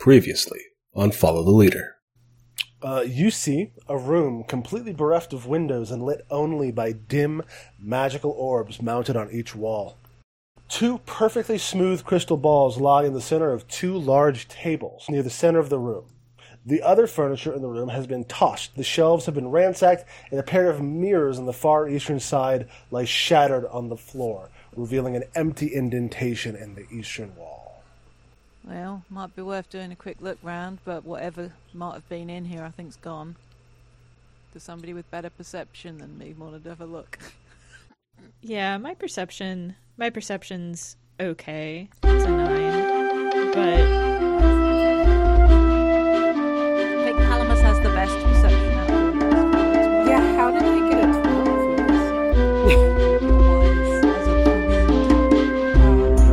Previously on Follow the Leader. Uh, you see a room completely bereft of windows and lit only by dim, magical orbs mounted on each wall. Two perfectly smooth crystal balls lie in the center of two large tables near the center of the room. The other furniture in the room has been tossed, the shelves have been ransacked, and a pair of mirrors on the far eastern side lie shattered on the floor, revealing an empty indentation in the eastern wall. Well, might be worth doing a quick look round, but whatever might have been in here, I think's gone. To somebody with better perception than me, wanted to have a look. Yeah, my perception, my perception's okay. It's a nine, but I think Calamus has the best perception. out of all of us. Yeah, how did I get a 12 Otherwise, as a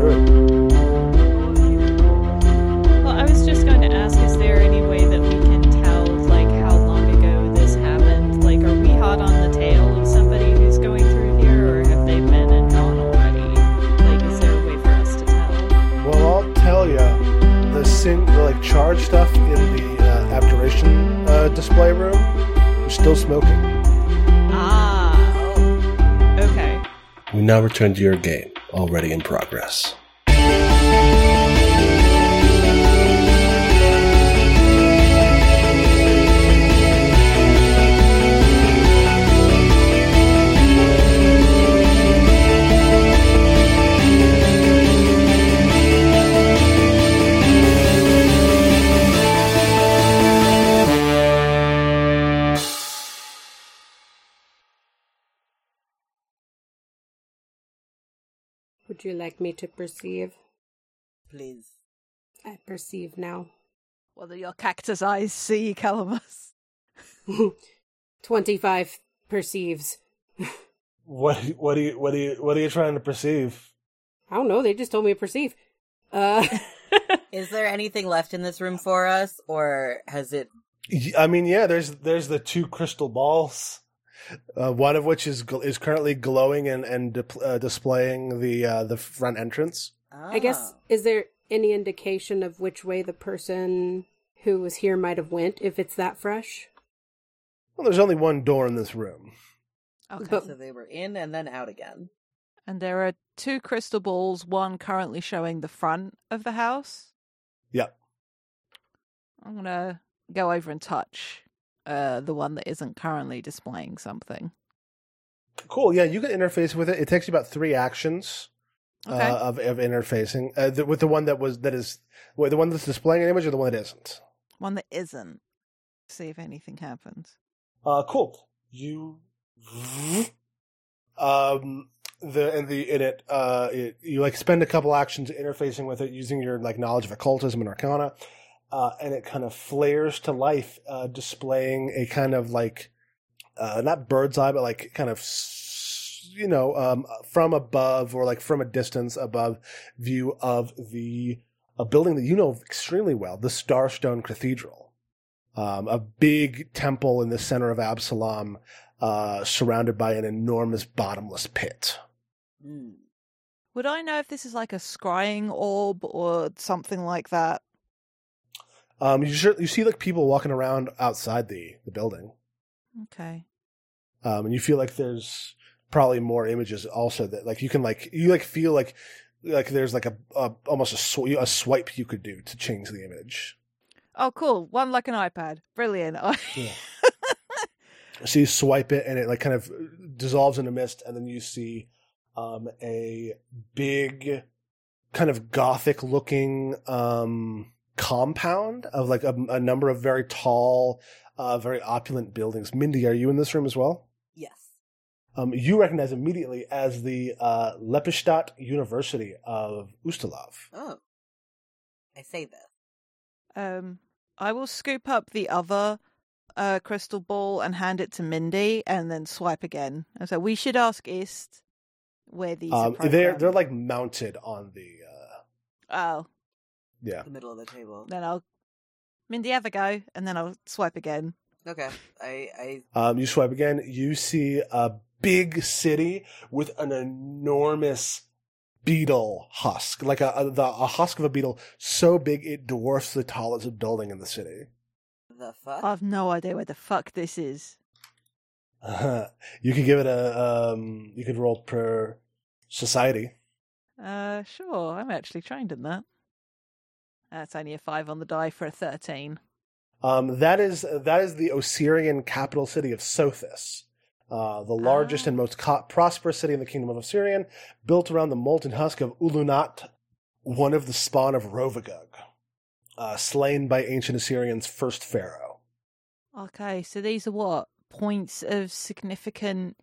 well, I was just going to ask: Is there any way that we can tell, like, how long ago this happened? Like, are we hot on the tail of somebody who's going through here, or have they been and gone already? Like, is there a way for us to tell? Well, I'll tell you, the sin, the like charge stuff in the uh, abjuration uh, display room is still smoking. Ah, okay. We now return to your game, already in progress. Would you like me to perceive? Please. I perceive now. What do your cactus eyes see, Calamus? 25 perceives. What what are you what are you what are you trying to perceive? I don't know, they just told me to perceive. Uh, Is there anything left in this room for us, or has it? Y- I mean, yeah, there's there's the two crystal balls, uh, one of which is gl- is currently glowing and and dip- uh, displaying the uh, the front entrance. I guess, Oh. is there any indication of which way the person who was here might have went, if it's that fresh? Well, there's only one door in this room. Okay. But- ah, so. They were in and then out again. and there are two crystal balls, one currently showing the front of the house. Yeah. I'm gonna go over and touch uh, the one that isn't currently displaying something. Cool. Yeah, you can interface with it. It takes you about three actions Okay. uh, of of interfacing uh, the, with the one that was that is wait, the one that's displaying an image or the one that isn't. One that isn't. See if anything happens. Uh, cool. You, um, the and the in it, uh, it, you like spend a couple actions interfacing with it using your like knowledge of occultism and arcana, uh, and it kind of flares to life, uh, displaying a kind of like, uh, not bird's eye, but like kind of, s- you know, um, from above or like from a distance above view of the a building that you know extremely well, the Starstone Cathedral um, a big temple in the center of Absalom, uh, surrounded by an enormous bottomless pit. Hmm. Would I know if this is like a scrying orb or something like that? Um, you, sure, you see like people walking around outside the, the building, Okay. um, and you feel like there's probably more images also that like you can like you like feel like like there's like a, a almost a, sw- a swipe you could do to change the image. Oh, cool. One like an iPad. Brilliant. Yeah. So you swipe it, and it like kind of dissolves in a mist, and then you see um, a big, kind of gothic-looking um, compound of like a, a number of very tall, uh, very opulent buildings. Mindy, are you in this room as well? Yes. Um, you recognize immediately as the uh, Lepishtat University of Ustalav. Oh. I say this. um, I will scoop up the other uh, crystal ball and hand it to Mindy, and then swipe again. And so we should ask Ist where these. Um, are they're programmed. they're like mounted on the uh, Oh, yeah. The middle of the table. then I'll Mindy have a go, and then I'll swipe again. Okay. I. I. Um, you swipe again, you see a big city with an enormous beetle husk, like a, a, the, a husk of a beetle so big it dwarfs the tallest building in the city. The Uh fuck? I've no idea where the fuck this is. you could give it a, um, you could roll per society. Uh, sure, I'm actually trained in that. That's only a five on the die for a thirteen. Um, that is that is the Osirian capital city of Sothis, uh, the largest Ah. and most co- prosperous city in the kingdom of Osirian, built around the molten husk of Ulunat, one of the spawn of Rovagug, uh, slain by ancient Assyrians' first pharaoh. Okay, so these are what points of significant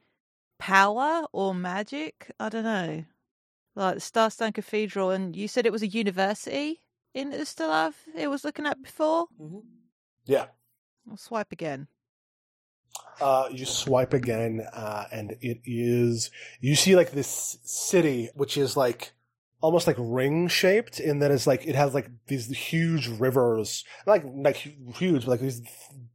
power or magic? I don't know. Like the Starstone Cathedral, and you said it was a university in Ustalav. It was looking at before. Mhm. Yeah. I'll swipe again. Uh, you swipe again, uh, and it is you see like this city, which is like almost like ring shaped, in that it's like it has like these huge rivers, like like hu- huge, but like these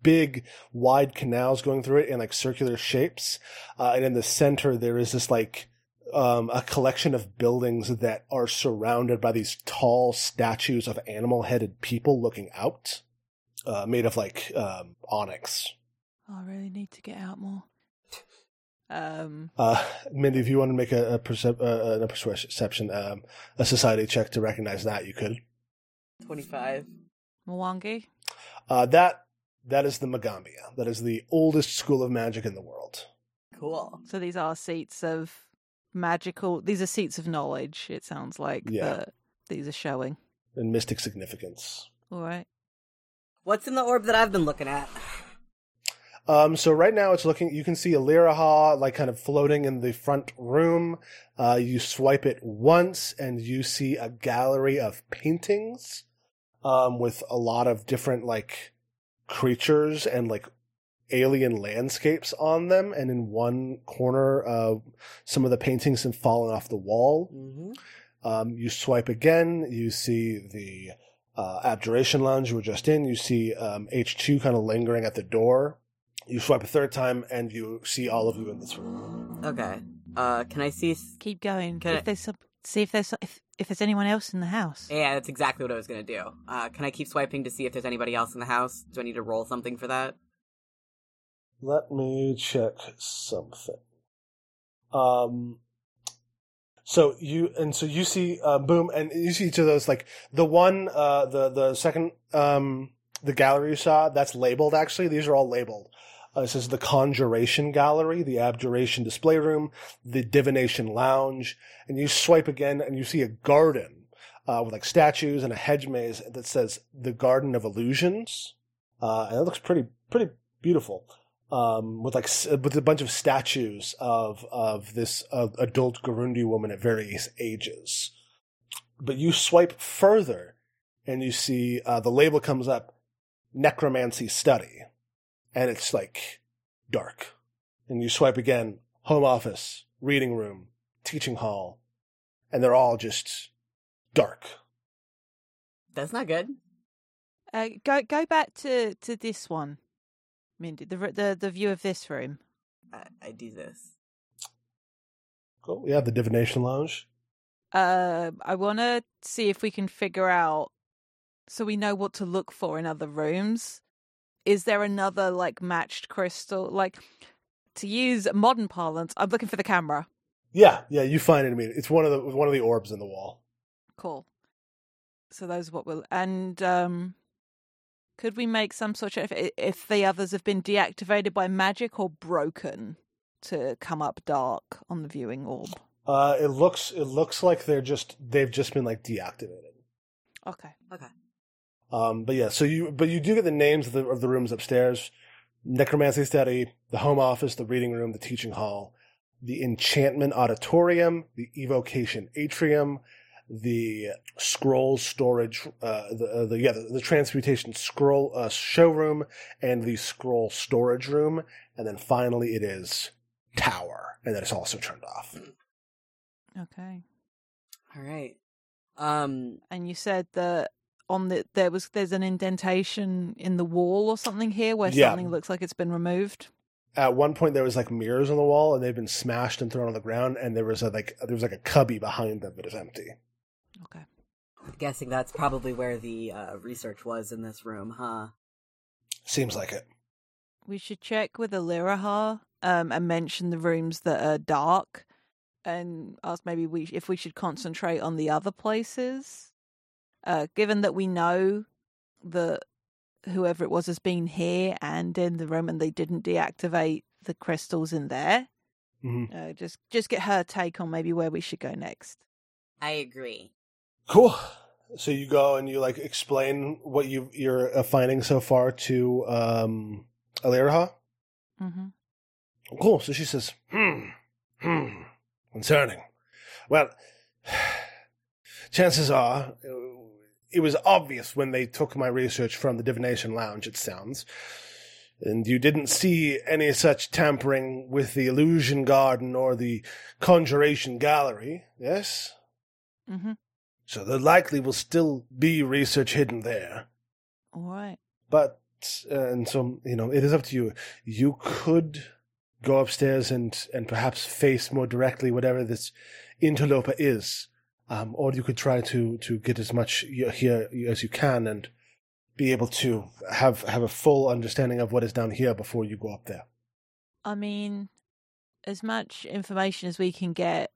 big wide canals going through it in like circular shapes, uh, and in the center there is this like um, a collection of buildings that are surrounded by these tall statues of animal headed people looking out, uh, made of like um, onyx. I really need to get out more. Um, Uh, Mindy, if you want to make a, a, percep- uh, a perception, um, a society check to recognize that, you could. 25. Mwangi. Uh, that that is the Magambia. That is the oldest school of magic in the world. Cool. So these are seats of magical. These are seats of knowledge. It sounds like Yeah. that these are showing. in mystic significance. All right. What's in the orb that I've been looking at? Um, so right now it's looking. You can see Illyraha like kind of floating in the front room. Uh, you swipe it once, and you see a gallery of paintings um, with a lot of different like creatures and like alien landscapes on them. And in one corner, uh, some of the paintings have fallen off the wall. Mm-hmm. Um, you swipe again, you see the uh, abjuration lounge you were just in. You see um, H2 kind of lingering at the door. You swipe a third time, and you see all of you in this room. Okay. Uh, can I see? s- Keep going. Can if I- there's some, see if there's some, if, if there's anyone else in the house. Yeah, that's exactly what I was gonna do. Uh, can I keep swiping to see if there's anybody else in the house? Do I need to roll something for that? Let me check something. Um. So you and so you see, uh, boom, and you see each of those. Like the one, uh, the the second, um, the gallery you saw that's labeled. Actually, these are all labeled. Uh, it says the Conjuration Gallery, the Abjuration Display Room, the Divination Lounge, and you swipe again, and you see a garden uh, with like statues and a hedge maze that says the Garden of Illusions, uh, and it looks pretty pretty beautiful um, with like s- with a bunch of statues of of this uh, adult Gurundi woman at various ages. But you swipe further, and you see uh, the label comes up, necromancy study, and it's like dark. And you swipe again, home office, reading room, teaching hall, and they're all just dark. That's not good. Uh, go go back to to this one, Mindy. The r- the the view of this room. I, I do this. Cool. Yeah, the divination lounge. Uh, I want to see if we can figure out, so we know what to look for in other rooms. Is there another like matched crystal? Like to use modern parlance, I'm looking for the camera. Yeah, yeah. You find it immediately. It's one of the one of the orbs in the wall. Cool. So those are what we'll and um, could we make some sort of if, if the others have been deactivated by magic or broken to come up dark on the viewing orb? Uh, it looks it looks like they're just they've just been like deactivated. Okay. Um, but yeah, so you but you do get the names of the of the rooms upstairs: necromancy study, the home office, the reading room, the teaching hall, the enchantment auditorium, the evocation atrium, the scroll storage, uh, the uh, the yeah the, the transmutation scroll uh, showroom, and the scroll storage room, and then finally it is tower, and that is also turned off. Okay. All right. Um, and you said that on the there was there's an indentation in the wall or something here where Yeah. something looks like it's been removed. At one point, there was like mirrors on the wall, and they've been smashed and thrown on the ground. And there was a, like there was like a cubby behind them that is empty. Okay. I'm guessing that's probably where the uh, research was in this room, huh? Seems like it. We should check with Aliraha um, and mention the rooms that are dark and ask maybe we if we should concentrate on the other places. Uh, given that we know that whoever it was has been here and in the room and they didn't deactivate the crystals in there, hmm uh, just just get her take on maybe where we should go next. I agree. Cool. So you go and you like explain what you you're uh, finding so far to um, Alirha. Mm-hmm. Cool. So she says, hmm, hmm, concerning. Well, chances are uh, it was obvious when they took my research from the Divination Lounge, it sounds. And you didn't see any such tampering with the Illusion Garden or the Conjuration Gallery, yes? Mm-hmm. So there likely will still be research hidden there. All right. But uh, and so you know, it is up to you. You could go upstairs and and perhaps face more directly whatever this interloper is, um, or you could try to to get as much y- here as you can and be able to have have a full understanding of what is down here before you go up there. I mean, as much information as we can get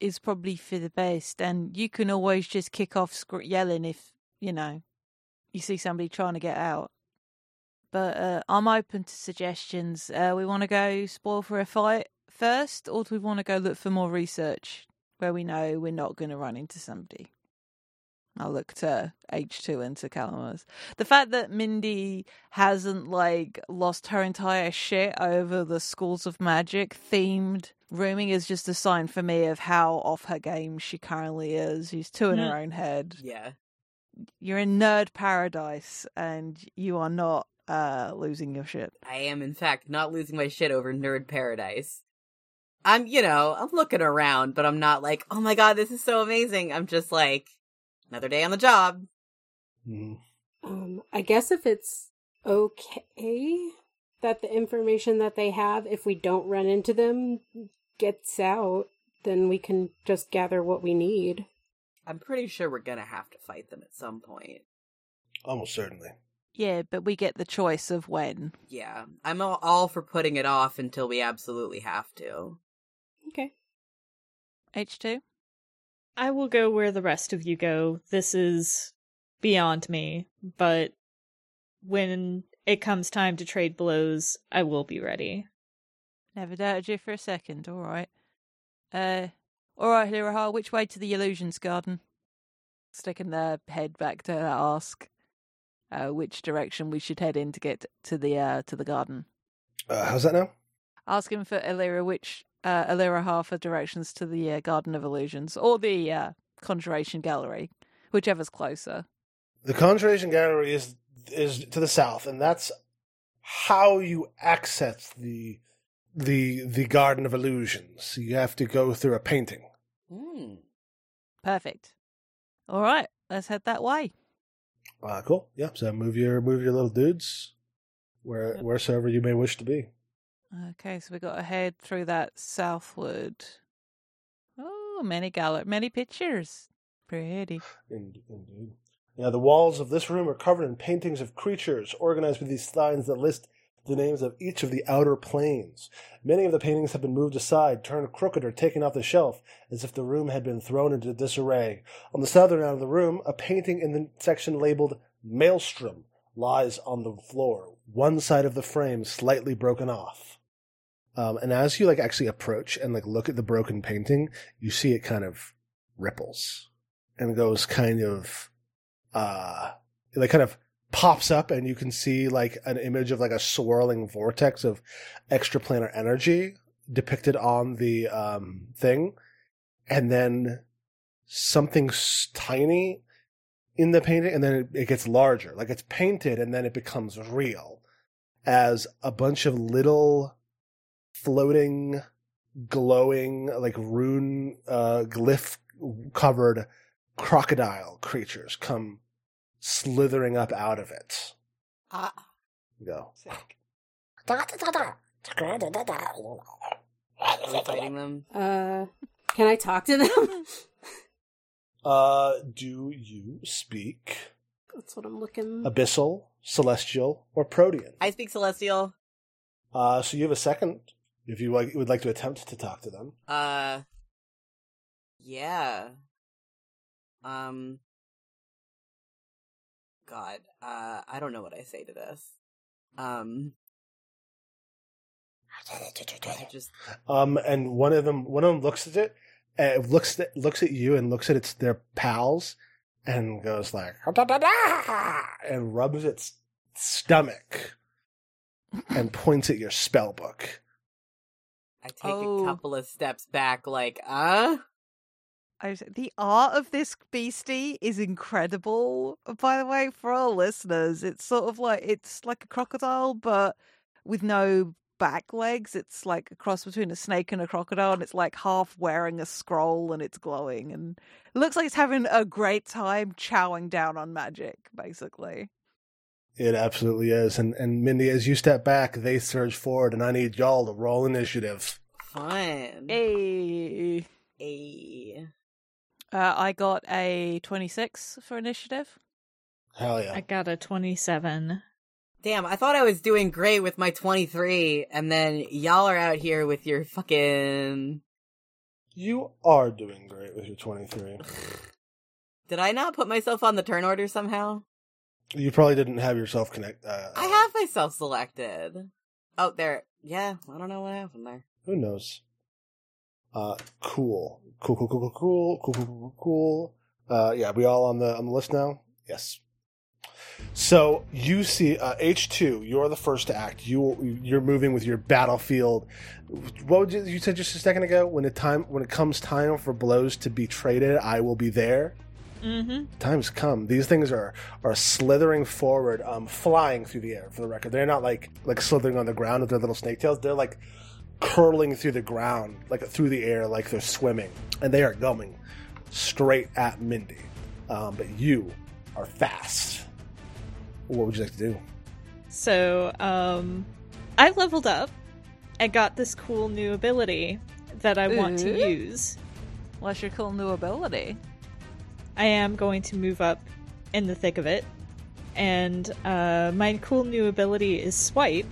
is probably for the best, and you can always just kick off scr- yelling if you know you see somebody trying to get out. But uh, I'm open to suggestions. Uh, we want to go spoil for a fight first, or do we want to go look for more research where we know we're not going to run into somebody? I uh, look to H2 and to Calamus. The fact that Mindy hasn't like lost her entire shit over the schools of magic themed rooming is just a sign for me of how off her game she currently is. She's two in her own head. Yeah. You're in nerd paradise and you are not uh losing your shit. I am, in fact, not losing my shit over Nerd Paradise. I'm, you know, I'm looking around, but I'm not like, oh my god, this is so amazing. I'm just like, another day on the job. Mm. Um, I guess if it's okay that the information that they have, if we don't run into them, gets out, then we can just gather what we need. I'm pretty sure we're gonna have to fight them at some point. Almost certainly. Yeah, but we get the choice of when. Yeah, I'm all- all for putting it off until we absolutely have to. Okay. H2? I will go where the rest of you go. This is beyond me, but when it comes time to trade blows, I will be ready. Never doubted you for a second, alright. Uh alright, Liraha, which way to the illusions garden? Sticking their head back to ask uh which direction we should head in to get to the uh to the garden. Uh, how's that now? Asking for Illyra which uh Illyra for directions to the uh, Garden of Illusions or the uh Conjuration Gallery, whichever's closer. The Conjuration Gallery is is to the south, and that's how you access the the the Garden of Illusions. You have to go through a painting. Hmm. Perfect. All right, let's head that way. Uh, cool. Yeah. So move your move your little dudes where wheresoever you may wish to be. Okay, so we got to head through that southward. Oh, many gallery, many pictures. Pretty. In- Indeed. Now the walls of this room are covered in paintings of creatures organized with these signs that list the names of each of the outer planes. Many of the paintings have been moved aside, turned crooked, or taken off the shelf, as if the room had been thrown into disarray. On the southern end of the room, a painting in the section labeled Maelstrom lies on the floor, one side of the frame slightly broken off. Um, and as you like actually approach and like look at the broken painting, you see it kind of ripples and goes kind of uh it, like kind of pops up and you can see like an image of like a swirling vortex of extraplanar energy depicted on the um thing and then something s- tiny in the painting and then it, it gets larger like it's painted and then it becomes real as a bunch of little floating glowing like rune uh glyph covered crocodile creatures come slithering up out of it. Ah, You go. Are we fighting them? Uh, can I talk to them? Uh, do you speak That's what I'm looking. abyssal, celestial, or protean? I speak celestial. Uh, so you have a second if you like, would like to attempt to talk to them. Uh, yeah. Um, God, uh, I don't know what I say to this. Um, I just Um, and one of them, one of them looks at it, uh, looks at, looks at you, and looks at its their pals, and goes like, "Ah, and rubs its stomach, and points at your spell book. I take Oh. a couple of steps back, like, uh, I was, the art of this beastie is incredible. uh, By the way, for our listeners, it's sort of like it's like a crocodile, but with no back legs. It's like a cross between a snake and a crocodile, and it's like half wearing a scroll and it's glowing, and it looks like it's having a great time chowing down on magic, basically. It absolutely is. And and Mindy, as you step back, they surge forward, and I need y'all to roll initiative. fun. Hey, Ay. uh, I got a twenty-six for initiative. Hell yeah! I got a 27. Damn, I thought I was doing great with my 23, and then y'all are out here with your fucking. You are doing great with your twenty three. Did I not put myself on the turn order somehow? You probably didn't have yourself connect. Uh, I have myself selected. Oh, there. Yeah, I don't know what happened there. Who knows? Uh, cool, cool, cool, cool, cool, cool, cool, cool, cool, cool. Uh, yeah, we all on the on the list now. Yes. So you see uh, H two. You're the first to act. You you're moving with your battlefield. What would you, you said just a second ago? When the time when it comes time for blows to be traded, I will be there Mm-hmm. time's come. These things are are slithering forward, um, flying through the air. For the record, they're not like like slithering on the ground with their little snake tails. They're like curling through the ground, like through the air, like they're swimming, and they are going straight at Mindy. Um, but you are fast. What would you like to do? So, um, I leveled up. I got this cool new ability that I want to Ooh. use. What's your cool new ability? I am going to move up in the thick of it. And uh, my cool new ability is Swipe.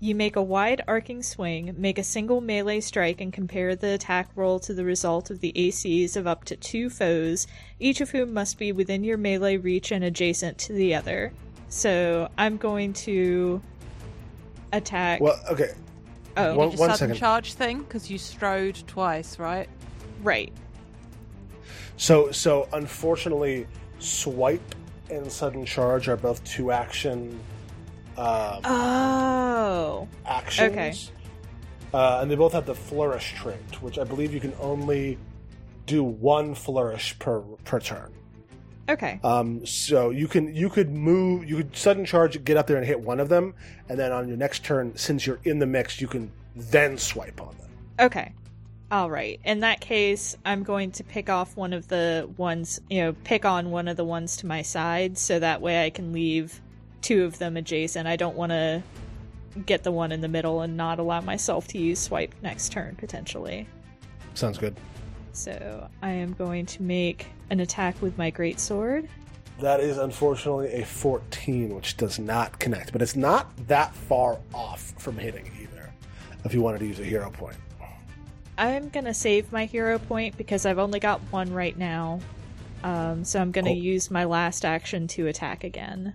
You make a wide arcing swing, make a single melee strike, and compare the attack roll to the result of the ACs of up to two foes, each of whom must be within your melee reach and adjacent to the other. So I'm going to attack. Well, okay, oh, One- you just one sudden second. charge thing because you strode twice, right? right. So so unfortunately, swipe and sudden charge are both two action. Um, Oh. actions. Okay. Uh, and they both have the flourish trait, which I believe you can only do one flourish per per turn. Okay. Um, so you can you could move, you could sudden charge, get up there and hit one of them, and then on your next turn, since you're in the mix, you can then swipe on them. Okay. All right. In that case, I'm going to pick off one of the ones, you know, pick on one of the ones to my side so that way I can leave two of them adjacent. I don't want to get the one in the middle and not allow myself to use swipe next turn potentially. Sounds good. So, I am going to make an attack with my greatsword. That is unfortunately a 14, which does not connect, but it's not that far off from hitting either. If you wanted to use a hero point, I'm going to save my hero point because I've only got one right now. Um, so I'm going to Cool. use my last action to attack again.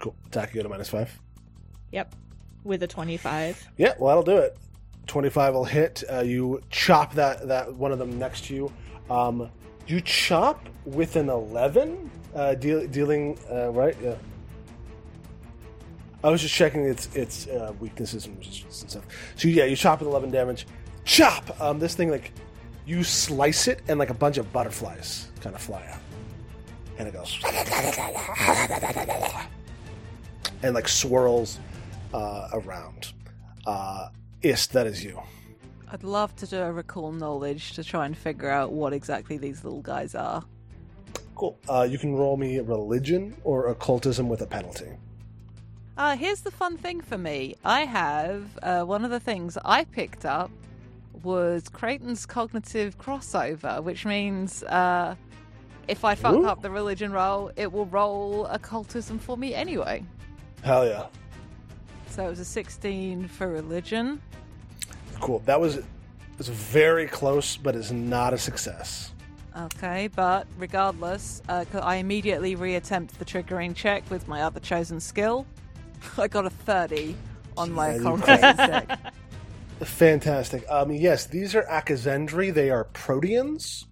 cool. Attack you go to minus five. Yep. With a 25. Yeah, well, that'll do it. 25 will hit. Uh, you chop that, that one of them next to you. Um, you chop with an 11, uh, deal, dealing, uh, right? Yeah. I was just checking its its uh, weaknesses and resistance and stuff. So yeah, you chop with 11 damage. Chop! Um, this thing, like, you slice it and like a bunch of butterflies kind of fly out. And it goes. And like swirls uh, around. Uh, ist, that is you. I'd love to do a recall knowledge to try and figure out what exactly these little guys are. Cool. Uh, you can roll me religion or occultism with a penalty. Uh, here's the fun thing for me. I have uh, one of the things I picked up was Creighton's cognitive crossover, which means uh, if I fuck Ooh. up the religion roll, it will roll occultism for me anyway. Hell yeah. So it was a 16 for religion. Cool. That was, was very close, but is not a success. Okay, but regardless, uh, 'cause I immediately reattempt the triggering check with my other chosen skill. I got a 30 on my Jesus. occultism check. Fantastic. Um, yes, these are Akazendri. They are proteans,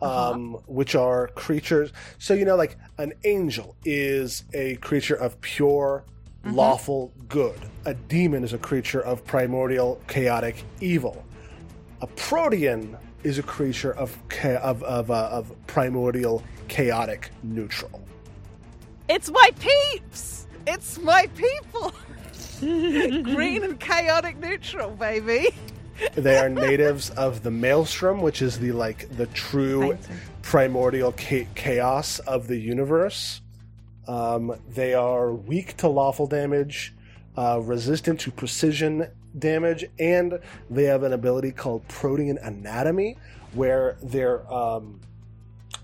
um, which are creatures. So, you know, like an angel is a creature of pure, lawful good, a demon is a creature of primordial, chaotic evil. A protean is a creature of, cha- of, of, uh, of primordial, chaotic, neutral. It's my peeps! It's my people! Green and chaotic neutral, baby. They are natives of the Maelstrom, which is the like the true Thank you. primordial cha- chaos of the universe. Um, they are weak to lawful damage, uh, resistant to precision damage, and they have an ability called Protean Anatomy, where their um,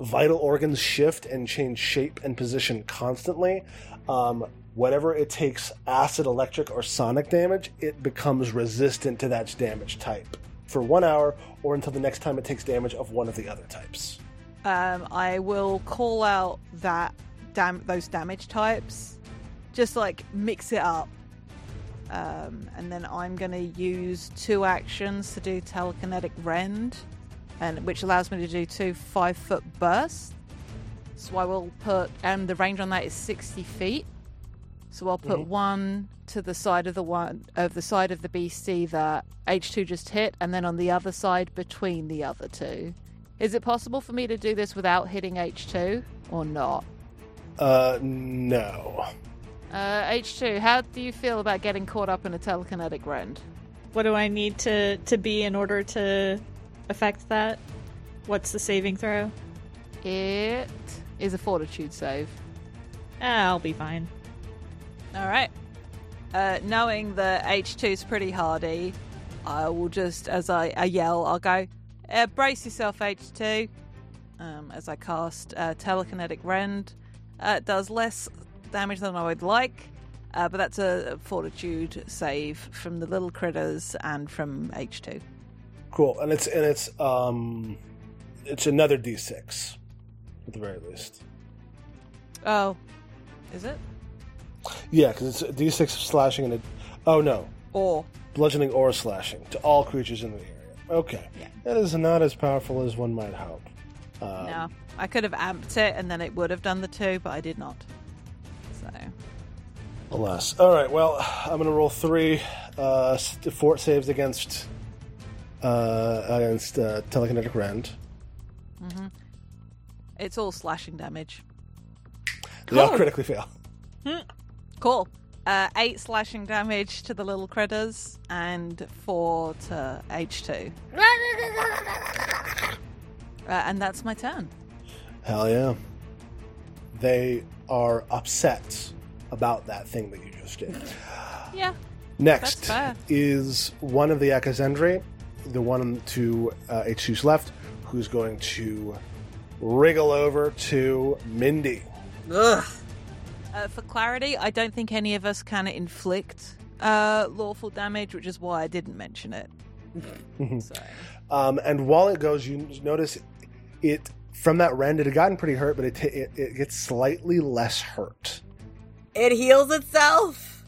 vital organs shift and change shape and position constantly. Um, whatever it takes acid, electric, or sonic damage, it becomes resistant to that damage type for one hour or until the next time it takes damage of one of the other types. Um, I will call out that dam- those damage types, just like mix it up, um, and then I'm going to use two actions to do telekinetic rend, and which allows me to do two five foot bursts. So I will put, and the range on that is sixty feet. So I'll put one to the side of the one of the side of the BC that H two just hit, and then on the other side between the other two. Is it possible for me to do this without hitting H2 or not? Uh, no. Uh, H2, how do you feel about getting caught up in a telekinetic rend? What do I need to to be in order to affect that? What's the saving throw? It is a fortitude save. Ah, I'll be fine. All right. Uh, knowing that H2's pretty hardy, I will just, as I, I yell, I'll go, uh, brace yourself, H2, um, as I cast uh, Telekinetic Rend. Uh, it does less damage than I would like, uh, but that's a fortitude save from the little critters and from H2. Cool. And it's and it's um, it's another D6, at the very least. Oh, is it? Yeah, because it's a D6 of slashing and a. Oh no, Or bludgeoning or slashing to all creatures in the area. Okay, Yeah. that is not as powerful as one might hope. Um, no, I could have amped it and then it would have done the two, but I did not. So Alas. All right. Well, I'm going to roll three uh, st- fort saves against uh, against uh, telekinetic rend. it's all slashing damage. They all critically fail. Cool. Uh, eight slashing damage to the little critters and four to H2. Uh, and that's my turn. Hell yeah. They are upset about that thing that you just did. Yeah. Next fair. is one of the Akazendri, the one to uh, H2's left, who's going to wriggle over to Mindy. Ugh. Uh, for clarity, I don't think any of us can inflict uh, lawful damage, which is why I didn't mention it. so, Um, and while it goes, you notice it from that rend, it had gotten pretty hurt, but it, ta it, it gets slightly less hurt. It heals itself.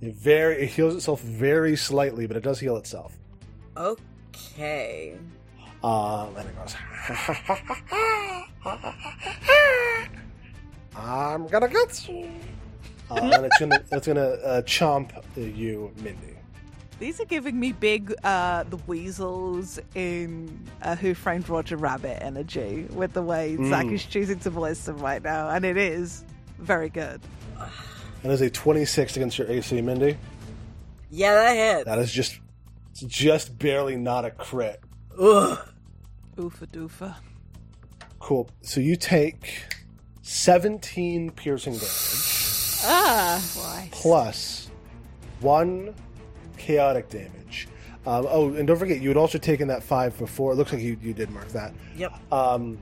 It very it heals itself very slightly, but it does heal itself. Okay. Um, and it goes, I'm gonna get you. Uh, and it's gonna, it's gonna uh, chomp you, Mindy. these are giving me big uh, the weasels in uh, Who Framed Roger Rabbit energy with the way Zach Mm. is choosing to voice them right now, and it is very good. That is a 26 against your AC, Mindy. Yeah, that hit. That is just, it's just barely not a crit. Ugh. Oofa doofa. Cool. So you take 17 piercing damage. Ah, Why? plus one chaotic damage. Um, oh, and don't forget, you had also taken that five before. It looks like you, you did mark that. Yep. Um,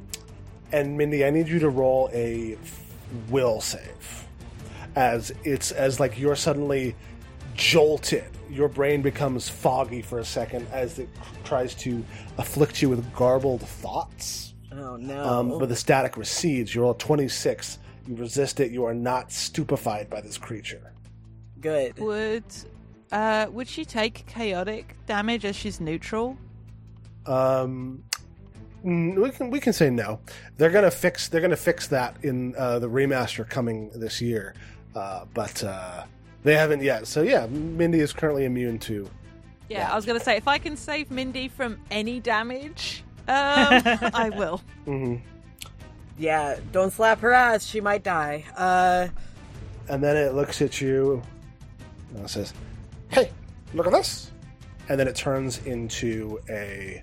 and Mindy, I need you to roll a will save, as it's as like you're suddenly jolted. Your brain becomes foggy for a second as it tries to afflict you with garbled thoughts. Oh no. Um, but the static recedes. You roll a 26. You resist it. You are not stupefied by this creature. Good. Would uh would she take chaotic damage as she's neutral? Um, mm, we can we can say no. They're gonna fix they're gonna fix that in uh, the remaster coming this year, uh, but uh, they haven't yet. So yeah, Mindy is currently immune to. Yeah, I was gonna say if I can save Mindy from any damage, um, I will. Mhm. Yeah, don't slap her ass. She might die. Uh, And then it looks at you and it says, "Hey, look at this!" And then it turns into a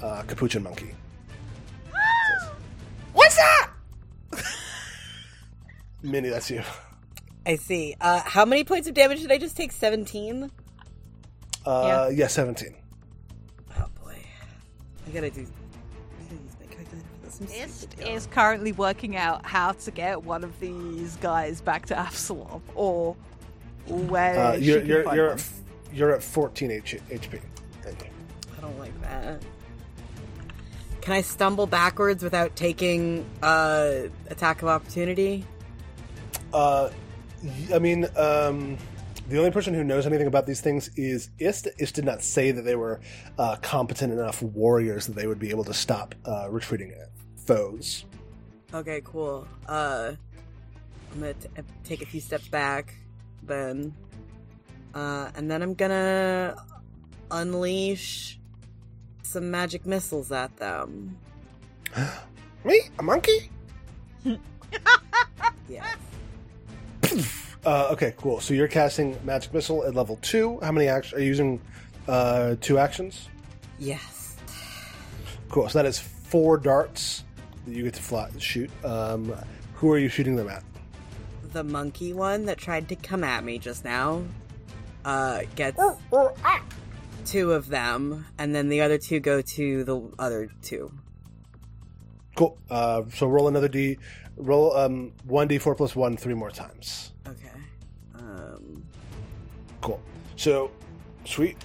uh, capuchin monkey. It says, What's that? Mindy, that's you. I see. Uh, how many points of damage did I just take? 17? Uh, yeah, seventeen. Oh boy. I gotta do. I gotta use my calculator for this. I'm Is, stupid, y'all. is currently working out how to get one of these guys back to Absalom or where Uh, she you're can you're find you're them. at, f- you're at 14 H- HP. Thank you. I don't like that. Can I stumble backwards without taking uh, attack of opportunity? Uh, y- I mean, um, the only person who knows anything about these things is Ist. Ist did not say that they were uh, competent enough warriors that they would be able to stop uh, retreating foes. Okay, cool. Uh, I'm gonna t- uh, take a few steps back, then, uh, and then I'm gonna unleash some magic missiles at them. Me, a monkey? Yeah, Uh, okay, cool. So you're casting magic missile at level two. How many actions are you using? Uh, two actions. yes. Cool. So that is four darts that you get to fly, shoot. Um, who are you shooting them at? The monkey one that tried to come at me just now uh, gets two of them, and then the other two go to the other two. Cool. Uh, so roll another d. Roll um one d four plus one three more times. Okay. Um, Cool. So sweet.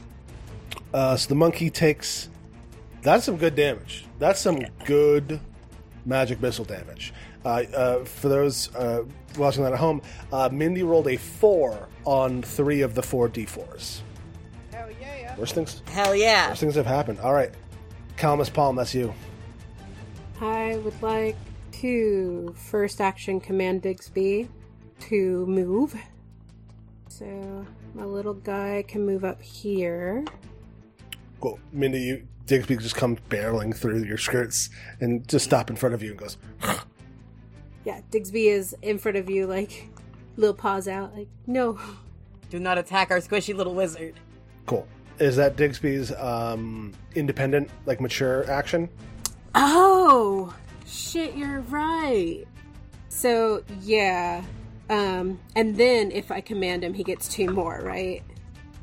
Uh, so the monkey takes. That's some good damage. That's some good magic missile damage. Uh, uh, for those uh, watching that at home, uh, Mindy rolled a four on three of the four d4s. Hell yeah! Worst things. hell yeah! Worst things have happened. All right, Calmus Palm, that's you. I would like to first action command Bigsby to move. So my little guy can move up here. Well, Mindy, you, Digsby just comes barreling through your skirts and just stop in front of you and goes, Yeah, Digsby is in front of you, like little paws out, like no. Do not attack our squishy little wizard. "Cool." Is that Digsby's um, independent, like mature action? Oh shit, you're right. So yeah, um, and then if I command him, he gets two more, right?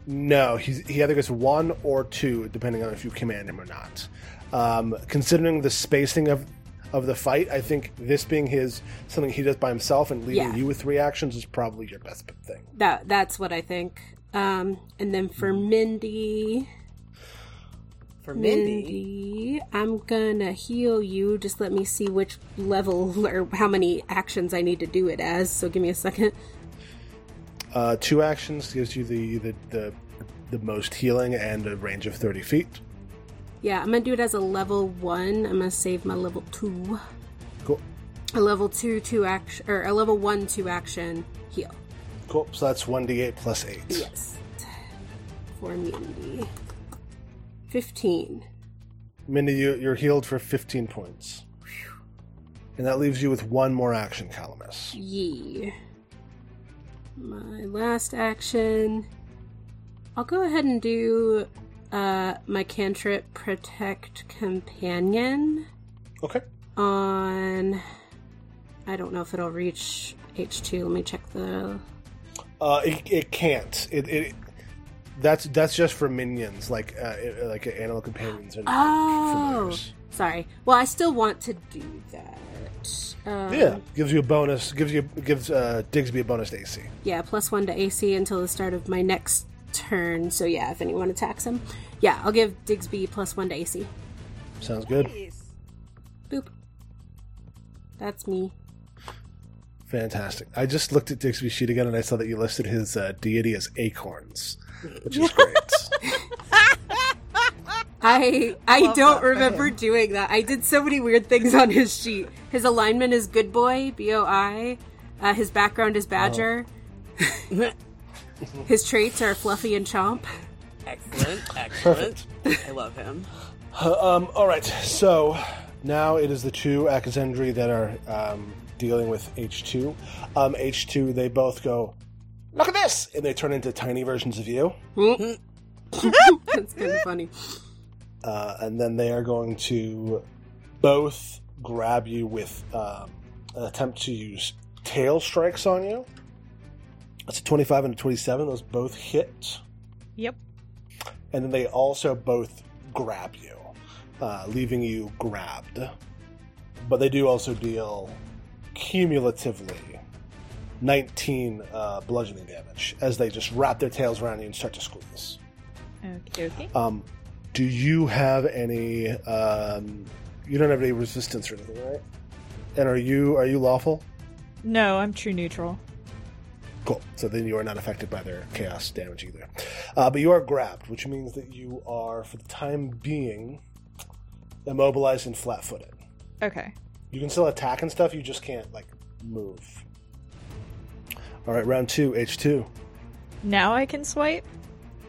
No, he's, he either gets one or two, depending on if you command him or not. Um, considering the spacing of of the fight, I think this being his something he does by himself and leaving Yeah. you with three actions is probably your best thing. That that's what I think. Um, and then for Mindy, For Mindy. Mindy, I'm gonna heal you. Just let me see which level or how many actions I need to do it as. So give me a second. Uh, two actions gives you the, the the the most healing and a range of thirty feet. Yeah, I'm gonna do it as a level one. I'm gonna save my level two. Cool. A level two two action or a level one two action heal. Cool. So that's one d8 plus eight. Yes. For Mindy. Fifteen. Mindy, you, you're healed for 15 points. And that leaves you with one more action, Calamus. Yee. My last action. I'll go ahead and do uh, my cantrip protect companion Okay. on I don't know if it'll reach H2. Let me check the. Uh, it, it can't. It, it that's that's just for minions, like uh, it- like animal companions and Oh! familiars. Sorry. Well, I still want to do that. Um, Yeah, gives you a bonus. Gives you gives uh, Digsby a bonus to AC. Yeah, plus one to AC until the start of my next turn. So, yeah, if anyone attacks him. Yeah, I'll give Digsby plus one to AC. Sounds good. Boop. That's me. Fantastic. I just looked at Digsby's sheet again and I saw that you listed his uh, deity as acorns, which is great. I I don't remember doing that. I did so many weird things on his sheet. His alignment is good boy, B O I. Uh, his background is badger. his traits are fluffy and chomp. Excellent, excellent. I love him. um, all right, so now it is the two Akazendri that are um, dealing with H2. Um, H2, they both go, Look at this! And they turn into tiny versions of you. That's kind of funny. Uh, and then they are going to both grab you with um, an attempt to use tail strikes on you. That's a 25 and a 27. Those both hit. Yep. and then they also both grab you, uh, leaving you grabbed. But they do also deal cumulatively 19 uh, bludgeoning damage as they just wrap their tails around you and start to squeeze. Okay. Okay. Um, do you have any? Um, you don't have any resistance or anything, right? And are you are you lawful? No, I'm true neutral. Cool. So then you are not affected by their chaos damage either. Uh, but you are grabbed, which means that you are, for the time being, immobilized and flat footed. Okay. You can still attack and stuff, you just can't, like, move. All right, round two, H2. Now I can swipe.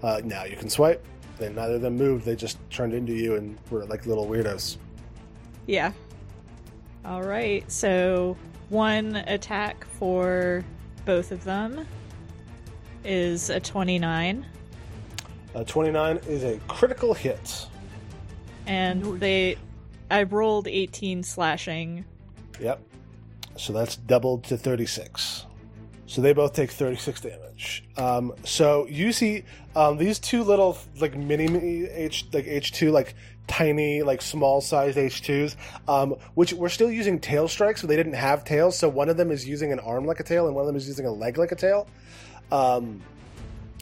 Uh, now you can swipe. Then neither of them moved, they just turned into you and were like little weirdos. Yeah. All right. So one attack for both of them is a 29 Uh, 29 is a critical hit. and they I rolled 18 slashing. Yep. So that's doubled to 36. So they both take 36 damage. Um, so you see um, these two little like mini mini H like H2 like tiny like small sized H2s um, which we're still using tail strikes but they didn't have tails so one of them is using an arm like a tail and one of them is using a leg like a tail um,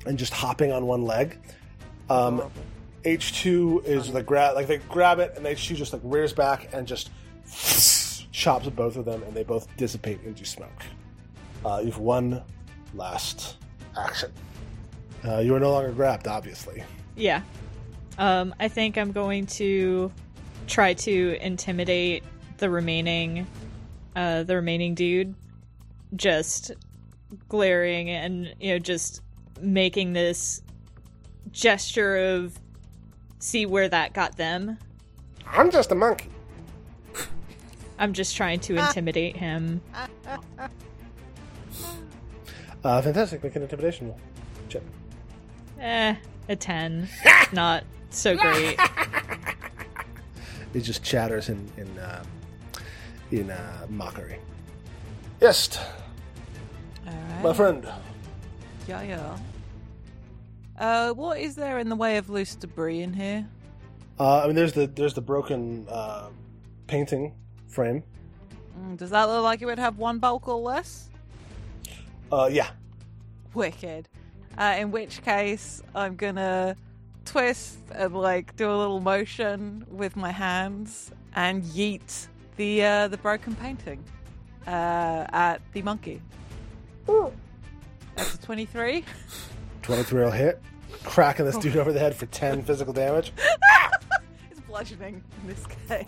and just hopping on one leg. Um, H2 is the grab, like they grab it, and H2 just like rears back and just chops both of them, and they both dissipate into smoke. Uh, you've one last action. Uh, you are no longer grabbed, obviously. Yeah. Um I think I'm going to try to intimidate the remaining uh the remaining dude just glaring and you know just making this gesture of see where that got them. I'm just a monkey. I'm just trying to intimidate him. Uh, fantastic. Make an intimidation roll. Check. Eh, a 10. Not so great. It just chatters in in uh, in uh, mockery. Yes, All my right. friend. Yeah, yeah. Uh, what is there in the way of loose debris in here? Uh, I mean, there's the there's the broken uh, painting frame. Mm, Does that look like it would have one bulk or less? Uh, yeah, Wicked. Uh, in which case, I'm gonna twist and like do a little motion with my hands and yeet the uh, the broken painting uh, at the monkey. That's a twenty-three. 23 will hit, cracking this dude over the head for 10 physical damage. It's bludgeoning in this case. Uh,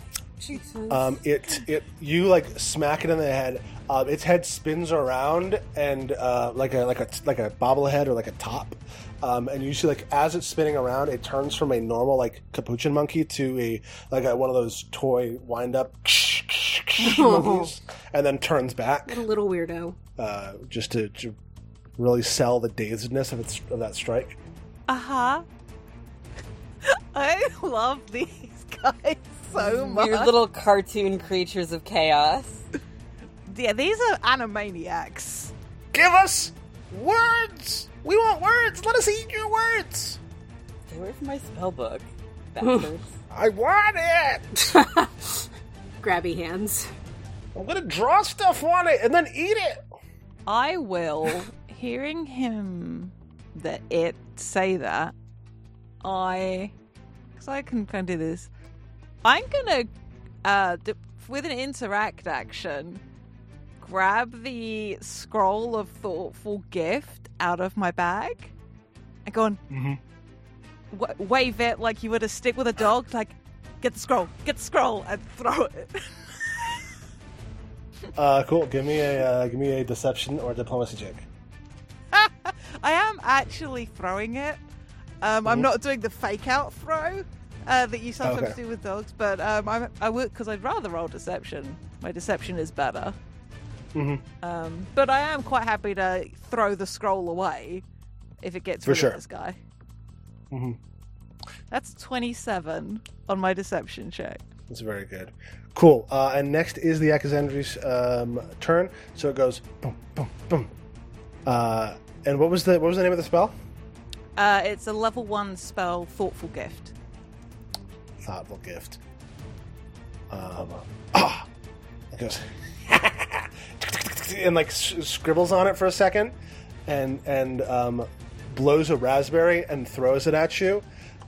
Um, it it you like smack it in the head. Um, its head spins around and uh, like a like a like a bobblehead or like a top. Um, and you see like as it's spinning around, it turns from a normal like capuchin monkey to a like a, one of those toy wind up monkeys, and then turns back What a little weirdo. uh, just to, to really sell the dazedness of its of that strike. Uh huh. I love these guys so much. Mm. Your little cartoon creatures of chaos. yeah, these are animaniacs. Give us words. We want words. Let us eat your words. Hey, where's my spell book? Bastards. I want it. Grabby hands. I'm gonna draw stuff on it and then eat it. I will, hearing him that it say that, I, because I can kind of do this, I'm gonna, uh, d- with an interact action, grab the scroll of thoughtful gift out of my bag and go on, Mhm. wa- wave it like you would a stick with a dog, like, get the scroll, get the scroll, and throw it. Uh, cool. Give me a uh, give me a deception or diplomacy check. I am actually throwing it. Um, Oh. I'm not doing the fake out throw uh, that you sometimes Okay. do with dogs, but um, I'm, I would because I'd rather roll deception. My deception is better. Mhm. Um, but I am quite happy to throw the scroll away if it gets For rid sure. of this guy. Mhm. That's 27 on my deception check. That's very good. Cool. Uh, and next is the Akazendri's um, turn. So it goes boom, boom, boom. Uh, and what was the what was the name of the spell? Uh, it's a level one spell, thoughtful gift. Thoughtful gift. Um, ah, it goes and like s- scribbles on it for a second, and and um, blows a raspberry and throws it at you,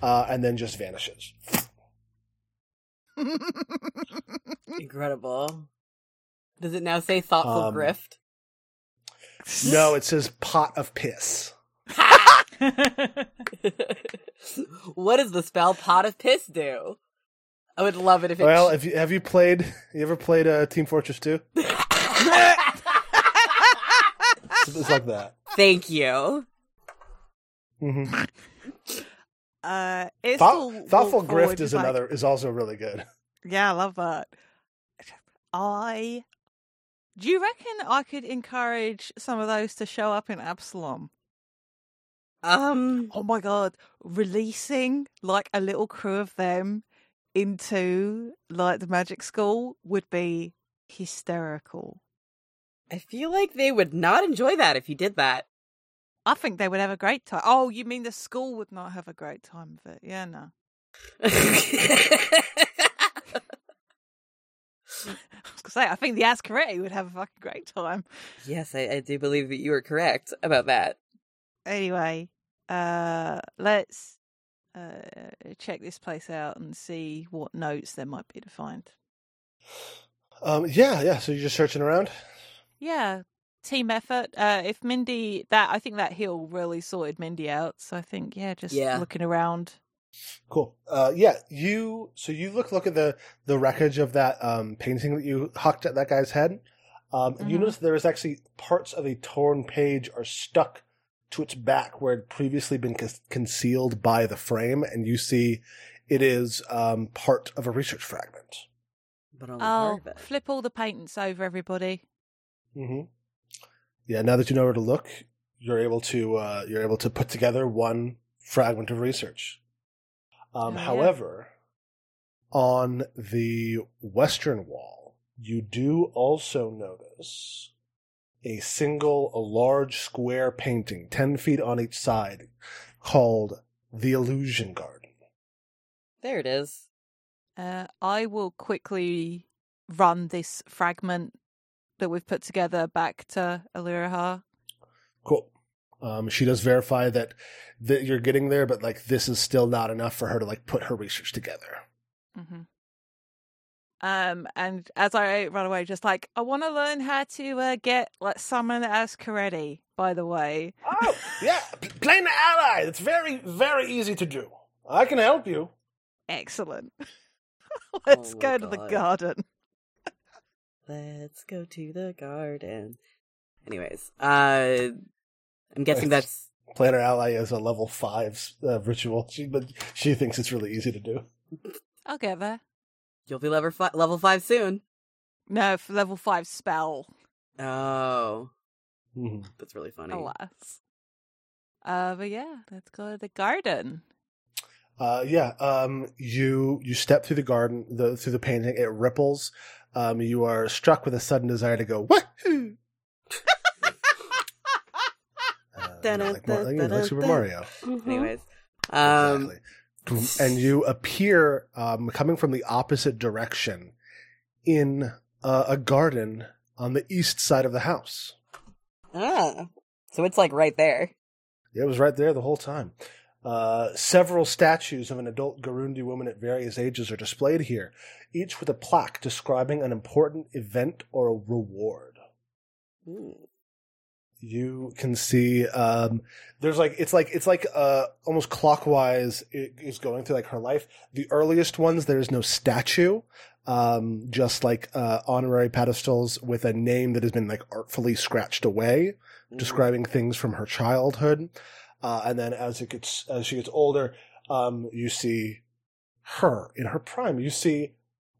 uh, and then just vanishes. Incredible. Does it now say thoughtful Um, grift? No, it says pot of piss. what does the spell pot of piss do? I would love it if it. Well, if you, have you played? You ever played uh, Team Fortress Two? It's, it's like that. Thank you. Mhm. Uh, it's Thought- thoughtful forward, grift is like- another is also really good. Yeah, I love that. I. Do you reckon I could encourage some of those to show up in Absalom? Um, Oh my god, releasing like a little crew of them into like the magic school would be hysterical. I feel like they would not enjoy that if you did that. I think they would have a great time. Oh, you mean the school would not have a great time of it? Yeah, no. I was gonna say, I think the Ascaretti would have a fucking great time. yes, I, I do believe that you were correct about that. anyway, uh, let's uh, check this place out and see what notes there might be to find. Um, yeah, yeah. So you're just searching around. Yeah, team effort. Uh, if Mindy, that I think that hill really sorted Mindy out. So I think yeah, just Yeah. looking around. Cool. Uh, yeah, you. So you look look at the the wreckage of that um, painting that you hucked at that guy's head. Um, and you Mhm. notice there is actually parts of the torn page are stuck to its back where it had previously been con- concealed by the frame, and you see it is um, part of a research fragment. But only Oh, part of it. flip all the paintings over, everybody. Mm-hmm. Yeah. Now that you know where to look, you're able to uh, you're able to put together one fragment of research. Um, Oh, yeah. however, on the western wall, you do also notice a single, a large square painting, ten feet on each side, called the Illusion Garden. There it is. Uh, I will quickly run this fragment that we've put together back to Aliraha. Cool. Um, she does verify that that you're getting there, but like this is still not enough for her to like put her research together. Mm-hmm. Um, and as I run away, just like I want to learn how to uh, get like summon as Coretti. By the way, Oh, yeah. p- Playing the ally. That's very, very easy to do. I can help you. excellent. Let's my go to the God. garden. Let's go to the garden. Anyways, uh, I'm guessing that's Planner Ally is a level five uh, ritual, she, but she thinks it's really easy to do. I'll get there. you'll be level fi- level five soon. No, for level five spell. Oh, Mm-hmm. that's really funny. Alas. Uh, but yeah, let's go to the garden. Uh, yeah, um, you you step through the garden, the, through the painting. It ripples. Um, you are struck with a sudden desire to go woohoo. uh, you know, like, Mar- you know, like Super Mario. Mhm. Anyways, um, Exactly. and you appear um, coming from the opposite direction in uh, a garden on the east side of the house. ah, so it's like right there. It was right there the whole time. Uh, several statues of an adult Garundi woman at various ages are displayed here, each with a plaque describing an important event or a reward. Ooh. You can see um, there's like it's like it's like uh, almost clockwise it is going through like her life. The earliest ones there is no statue, um, just like uh, honorary pedestals with a name that has been like artfully scratched away Mm-hmm. describing things from her childhood. Uh, and then as it gets as she gets older, um, you see her in her prime. You see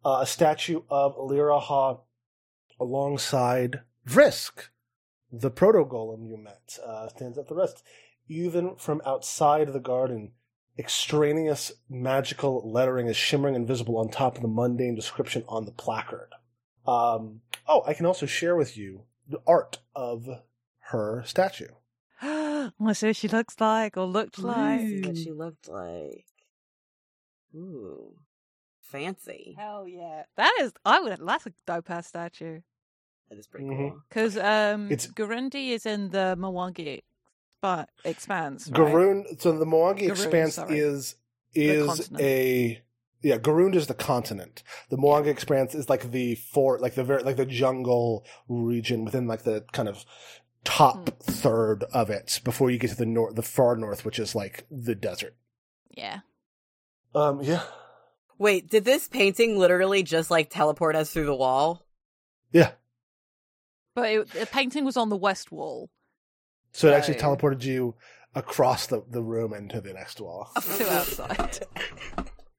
uh, a statue of Liraha alongside Vrisk, the proto golem you met. Uh, stands at the rest, even from outside the garden. Extraneous magical lettering is shimmering and visible on top of the mundane description on the placard. Um, oh, I can also share with you the art of her statue. well, so she looks like or looked See like. what she looked like. Ooh, fancy. Hell yeah! That is, I would. That's a dope ass statue. That is pretty Mhm. cool. Because um, It's- Gurundi is in the Mwangi, but expands. right? Garund. So the Mwangi Garund, Expanse sorry. is The is continent. a yeah. Garund is the continent. The Mwangi Expanse is like the fort, like the very like the jungle region within like the kind of top Hmm. third of it before you get to the north, the far north, which is like the desert. Yeah. Um. Yeah. Wait, did this painting literally just like teleport us through the wall? Yeah. But it, the painting was on the west wall. So it actually Right. teleported you across the, the room into the next wall. To outside.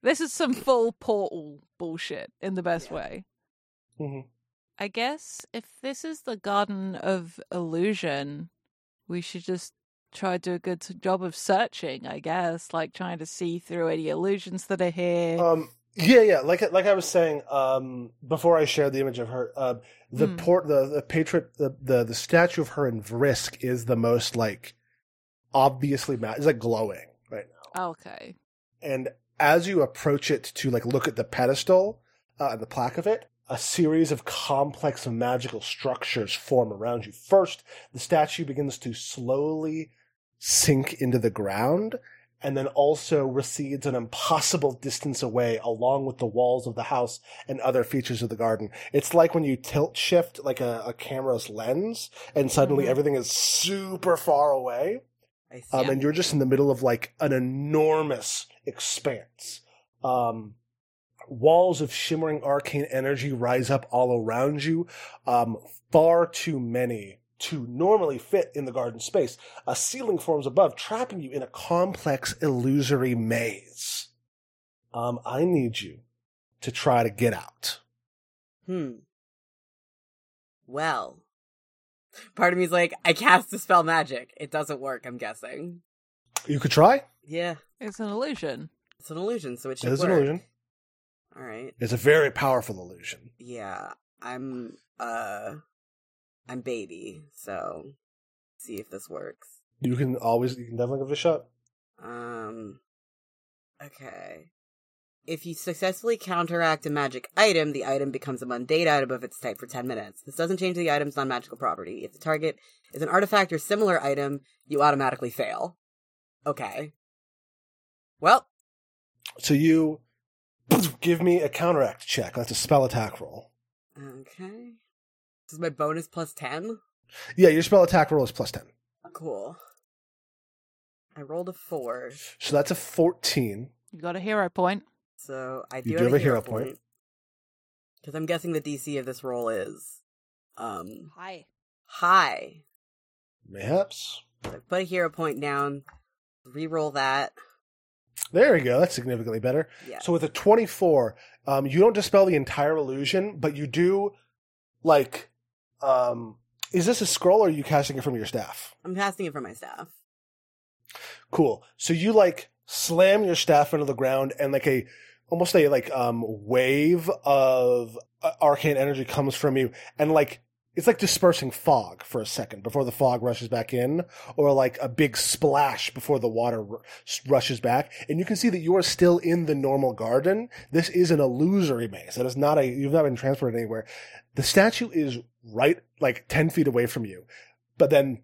This is some full portal bullshit in the best way. Mhm. I guess if this is the Garden of Illusion, we should just try to do a good job of searching, I guess, like trying to see through any illusions that are here. Um, yeah, yeah. Like like I was saying um, before, I shared the image of her. Uh, the Hmm. port, the the patron, the, the the statue of her in Vrisk is the most like obviously ma- it's like glowing right now. okay. And as you approach it to like look at the pedestal uh, and the plaque of it, a series of complex magical structures form around you. First, the statue begins to slowly sink into the ground and then also recedes an impossible distance away along with the walls of the house and other features of the garden. It's like when you tilt shift like a, a camera's lens and suddenly Mhm. everything is super far away. I see. Um, And you're just in the middle of like an enormous expanse. Um, walls of shimmering arcane energy rise up all around you. Um, far too many to normally fit in the garden space. A ceiling forms above, trapping you in a complex illusory maze. Um, I need you to try to get out. Hmm. Well, part of me's like, I cast the spell magic. It doesn't work. I'm guessing. You could try. Yeah, It's an illusion. it's an illusion, so it should It is an work. illusion. All right. It's a very powerful illusion. Yeah, I'm uh, I'm baby. So see if this works. You can always, you can definitely give it a shot. Um. Okay. If you successfully counteract a magic item, the item becomes a mundane item of its type for 10 minutes. This doesn't change the item's non magical property. If the target is an artifact or similar item, you automatically fail. Okay. Well, So you give me a counteract check. That's a spell attack roll. okay. This is my bonus plus 10. Yeah, your spell attack roll is plus 10. Cool. I rolled a 4, So that's a 14. You got a hero point. so I do, You do have a hero point. Because I'm guessing the DC of this roll is um Hi. high. Mayhaps. So put a hero point down, re-roll that. There we go. That's significantly better. Yeah. So with a 24, um, you don't dispel the entire illusion, but you do, like, um, is this a scroll or are you casting it from your staff? I'm casting it for my staff. Cool. So you, like, slam your staff into the ground, and like a almost a like um wave of uh, arcane energy comes from you, and like it's like dispersing fog for a second before the fog rushes back in, or like a big splash before the water r- rushes back, and you can see that you are still in the normal garden. This is an illusory maze. That is not a you've not been transported anywhere. The statue is right like ten feet away from you, but then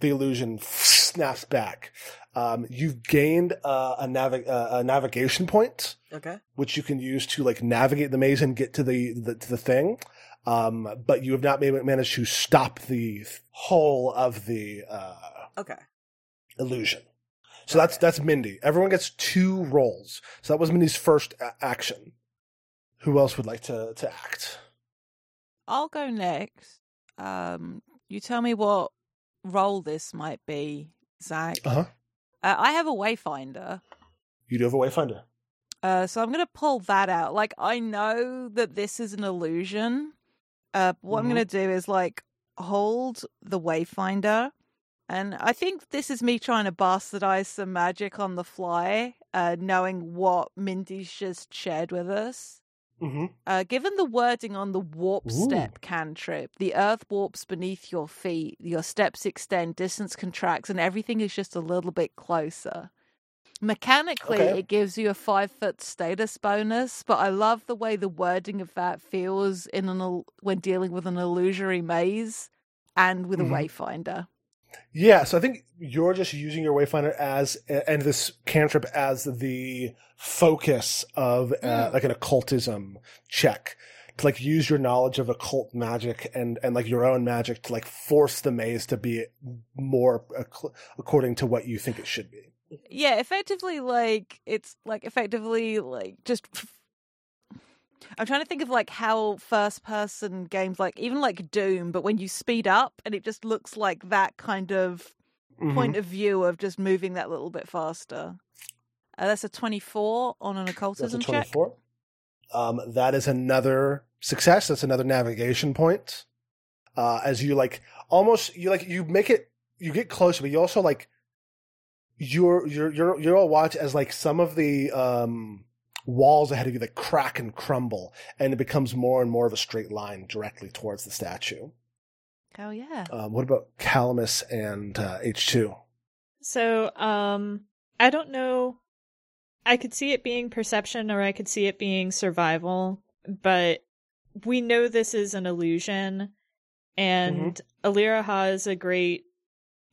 the illusion snaps back. Um, you've gained uh, a, navi- uh, a navigation point Okay. which you can use to like navigate the maze and get to the, the to the thing. Um, but you have not ma- managed to stop the whole of the uh, Okay. illusion. So that's that's Mindy. Everyone gets two rolls. So that was Mindy's first a- action. Who else would like to to act? I'll go next. Um, you tell me what role this might be, Zach. Uh huh. Uh, I have a wayfinder. You do have a wayfinder. Uh, so I'm going to pull that out. Like, I know that this is an illusion. Uh, but what Mhm. I'm going to do is, like, hold the Wayfinder. And I think this is me trying to bastardize some magic on the fly, uh, knowing what Mindy's just shared with us. Mm-hmm. Uh, given the wording on the warp Ooh. step cantrip, the earth warps beneath your feet, your steps extend, distance contracts, and everything is just a little bit closer. Mechanically, Okay. it gives you a five foot status bonus, but I love the way the wording of that feels in an il- when dealing with an illusory maze and with Mhm. a wayfinder. Yeah. So I think you're just using your wayfinder as and this cantrip as the focus of uh, like an occultism check to like use your knowledge of occult magic and and like your own magic to like force the maze to be more acc- according to what you think it should be. Yeah, effectively, like it's like effectively like just. I'm trying to think of like how first person games like even like Doom, but when you speed up and it just looks like that kind of Mm-hmm. point of view of just moving that little bit faster. Uh, that's a 24 on an That's a occultism check. 24. Um, that is another success. That's another navigation point. Uh, as you like, almost you like you make it. You get close, but you also like you're you're you're you're all watch as like some of the um walls ahead of you like crack and crumble, and it becomes more and more of a straight line directly towards the statue. Oh yeah. Um, what about Calamus and uh, H two? So, um, I don't know. I could see it being perception or I could see it being survival, but we know this is an illusion and Aliraha is a great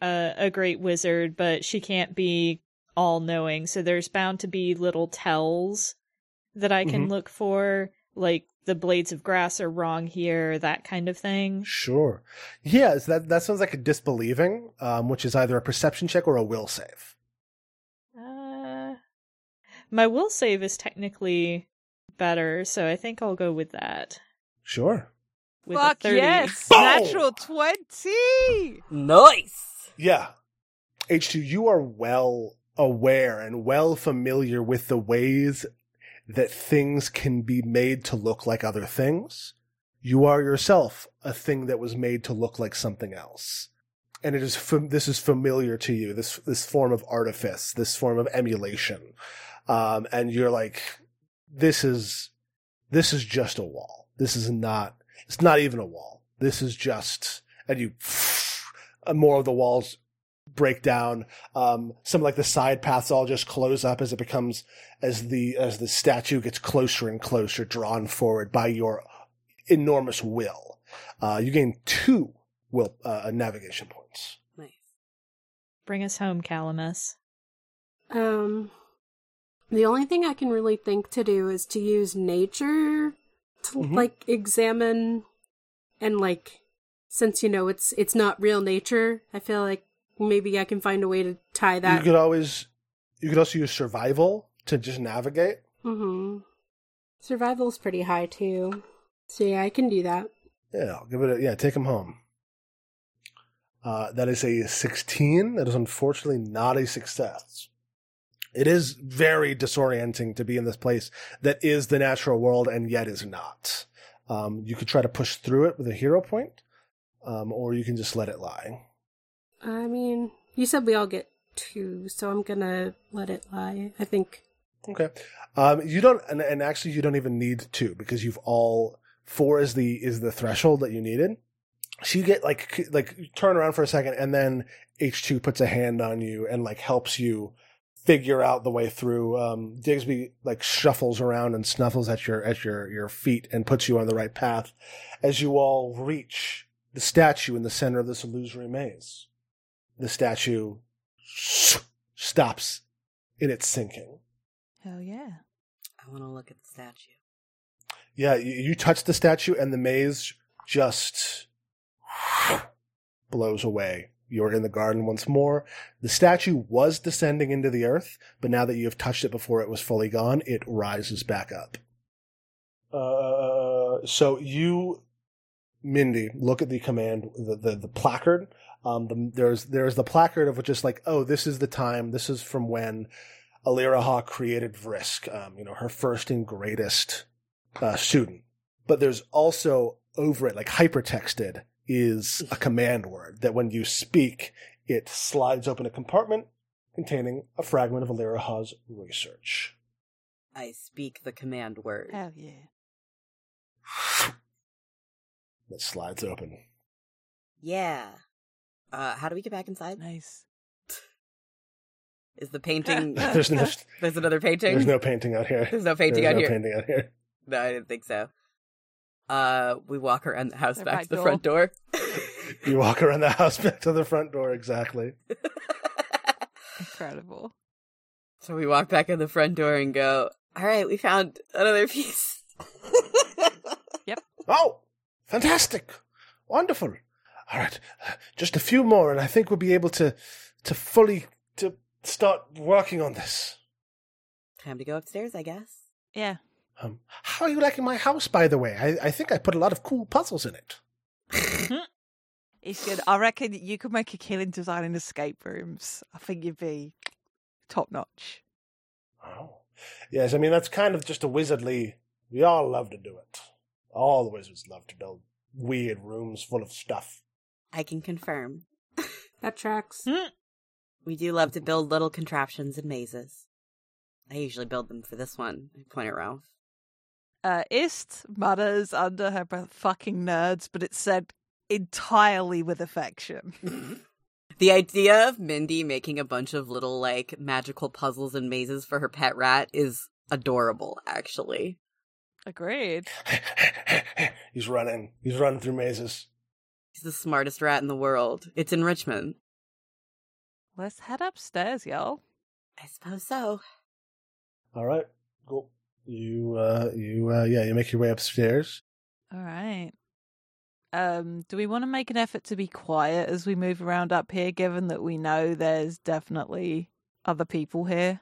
uh, a great wizard, but she can't be all knowing. So there's bound to be little tells that I can Mhm. look for, like the blades of grass are wrong here, that kind of thing. Sure, yeah, so that that sounds like a disbelieving, um, which is either a perception check or a will save. Uh, my will save is technically better, so I think I'll go with that. Sure. With a Fuck 30. yes. Boom! Natural 20. Nice. Yeah. H2, you are well aware and well familiar with the ways that things can be made to look like other things. You are yourself a thing that was made to look like something else. And it is fam- this is familiar to you, this this form of artifice, this form of emulation. Um, and you're like, this is this is just a wall. This is not it's not even a wall. This is just and you uh, more of the walls break down. Um, some like the side paths all just close up as it becomes as the as the statue gets closer and closer, drawn forward by your enormous will. Uh, you gain two will uh, navigation points. Nice. Bring us home, Calamus. Um, the only thing I can really think to do is to use nature to Mhm. like examine and like since you know it's it's not real nature, I feel like maybe I can find a way to tie that. You could always you could also use survival to just navigate. mm-hmm. Survival's pretty high too, so yeah, I can do that. Yeah, I'll give it. A, yeah, take him home. Uh, that is a 16. That is unfortunately not a success. It is very disorienting to be in this place that is the natural world and yet is not. Um, you could try to push through it with a hero point, um, or you can just let it lie. I mean, you said we all get two, so I'm gonna let it lie. I think. Okay. Um, you don't, and, and actually, you don't even need two because you've all four is the is the threshold that you needed. So you get like c- like you turn around for a second, and then H two puts a hand on you and like helps you figure out the way through. Um, Digsby like shuffles around and snuffles at your at your your feet and puts you on the right path as you all reach the statue in the center of this illusory maze. The statue stops in its sinking. Hell yeah. I want to look at the statue. Yeah, you, you touch the statue and the maze just blows away. You're in the garden once more. The statue was descending into the earth, but now that you have touched it before it was fully gone, it rises back up. Uh, so you, Mindy, look at the command, the the, the placard. Um, the, there's there's the placard of just like, oh, this is the time. This is from when Alira Hawk created Vrisk. Um, you know, her first and greatest uh, student. But there's also over it, like hypertexted, is a command word that when you speak, it slides open a compartment containing a fragment of Alira Haw's research. I speak the command word. Hell yeah. That slides open. Yeah. Uh, how do we get back inside? Nice. Is the painting? There's no, there's another painting. there's no painting out here. There's no painting There's out no here. painting out here. No, I didn't think so. Uh, we walk around the house The back back to the door. front door. You walk around the house back to the front door, exactly. Incredible. so we walk back in the front door and go. All right, we found another piece. Oh, fantastic. Wonderful. All right. Just a few more, and I think we'll be able to, to fully to start working on this. Time to go upstairs, I guess. Yeah. Um, how are you liking my house, by the way? I, I think I put a lot of cool puzzles in it. It's good. I reckon you could make a killing designing escape rooms. I think you'd be top notch. Oh. Yes, I mean, that's kind of just a wizardly. We all love to do it. All the wizards love to build weird rooms full of stuff. I can confirm. That tracks. We do love to build little contraptions and mazes. I usually build them for this one. I point at Ralph. Uh, Ist mutters under her breath, fucking nerds, but it's said entirely with affection. The idea of Mindy making a bunch of little like magical puzzles and mazes for her pet rat is adorable, actually. Agreed. He's running. He's running through mazes. He's the smartest rat in the world. It's in Richmond. Let's head upstairs, y'all. I suppose so. All right. Cool. You, uh, you, uh, yeah, you make your way upstairs. All right. Um, do we want to make an effort to be quiet as we move around up here, given that we know there's definitely other people here?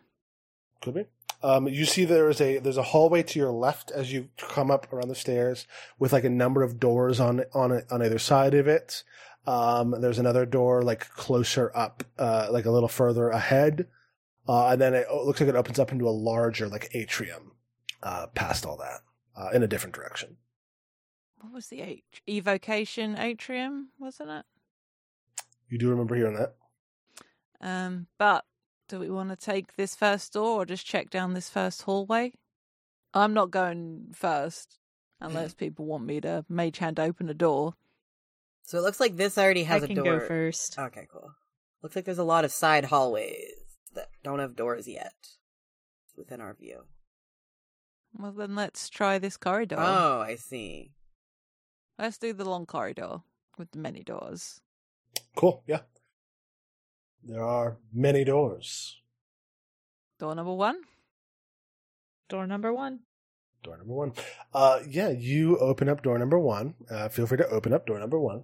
Could be. Um, you see there is a there's a hallway to your left as you come up around the stairs with like a number of doors on on on either side of it. Um, there's another door like closer up, uh, like a little further ahead, uh, and then it o- looks like it opens up into a larger like atrium uh, past all that uh, in a different direction. What was the at- evocation atrium, wasn't it? You do remember hearing that? Um, but do we want to take this first door or just check down this first hallway? I'm not going first unless Mm-hmm. people want me to mage hand open a door. So it looks like this already has I a can door. Uh, go first. Okay, cool. Looks like there's a lot of side hallways that don't have doors yet within our view. Well, then let's try this corridor. Oh, I see. Let's do the long corridor with the many doors. Cool. Yeah. There are many doors. Door number one. Door number one. Door number one. Uh, yeah, you open up door number one. Uh, feel free to open up door number one.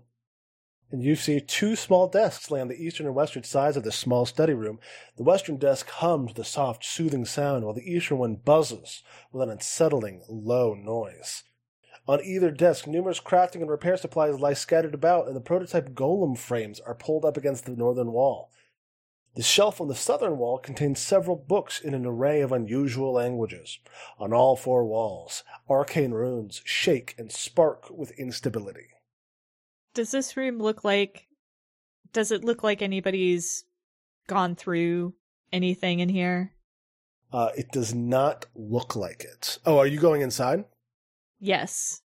And you see two small desks lay on the eastern and western sides of the small study room. The western desk hums with a soft, soothing sound, while the eastern one buzzes with an unsettling, low noise. On either desk, numerous crafting and repair supplies lie scattered about, and the prototype golem frames are pulled up against the northern wall. The shelf on the southern wall contains several books in an array of unusual languages. On all four walls, arcane runes shake and spark with instability. Does this room look like? Does it look like anybody's gone through anything in here? Uh, it does not look like it. Oh, are you going inside? Yes.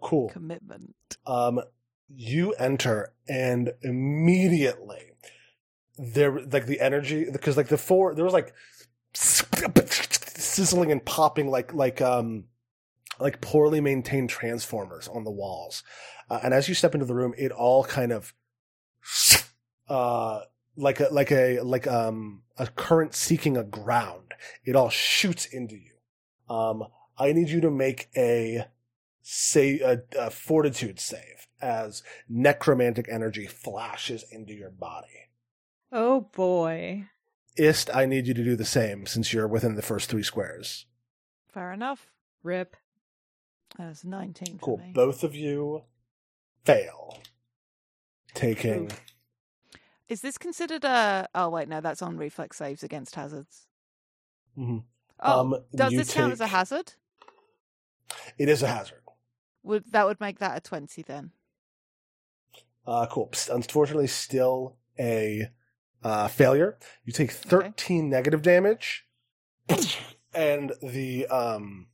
Cool. Commitment. Um, you enter, and immediately there, like the energy, because like the four, there was like sizzling and popping, like like um, like poorly maintained transformers on the walls. Uh, and as you step into the room, it all kind of, uh, like a like a like um a current seeking a ground. It all shoots into you. Um, I need you to make a say a, a uh, fortitude save as necromantic energy flashes into your body. Oh boy. Ist, I need you to do the same since you're within the first three squares. Fair enough. Rip. That's 19 for Cool. me. Both of you fail, taking Is this considered a? Oh wait, no, that's on reflex saves against hazards. Mhm. Oh, Um, does you this count as a take- hazard? it is a hazard. Would that would make that a twenty then? Uh, cool. Psst, Unfortunately, still a uh, failure. You take 13 negative damage, and the um,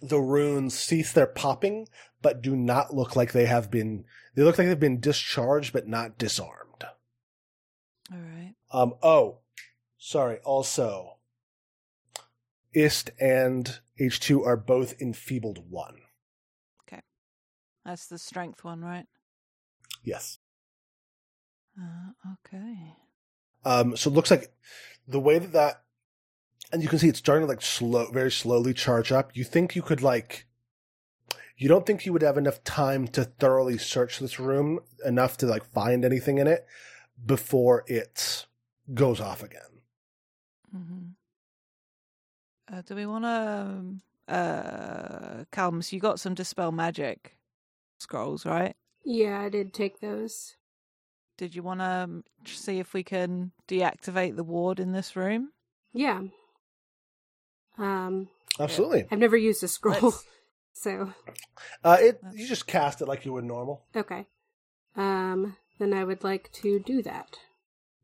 the runes cease their popping, but do not look like they have been. They look like they've been discharged, but not disarmed. All right. Um. Oh, sorry. Also, Ist and H two are both enfeebled one. That's the strength one, right? Yes. Uh, okay. Um, so it looks like the way that that, and you can see it's starting to like slow, very slowly charge up. You think you could like, you don't think you would have enough time to thoroughly search this room enough to like find anything in it before it goes off again. hmm Uh, do we want to? Um, uh, Calms, you got some dispel magic scrolls, right? Yeah, I did take those. Did you want to see if we can deactivate the ward in this room? Yeah. Um, Absolutely. I've never used a scroll, Let's- so Uh, it you just cast it like you would normal. okay. Um, then I would like to do that.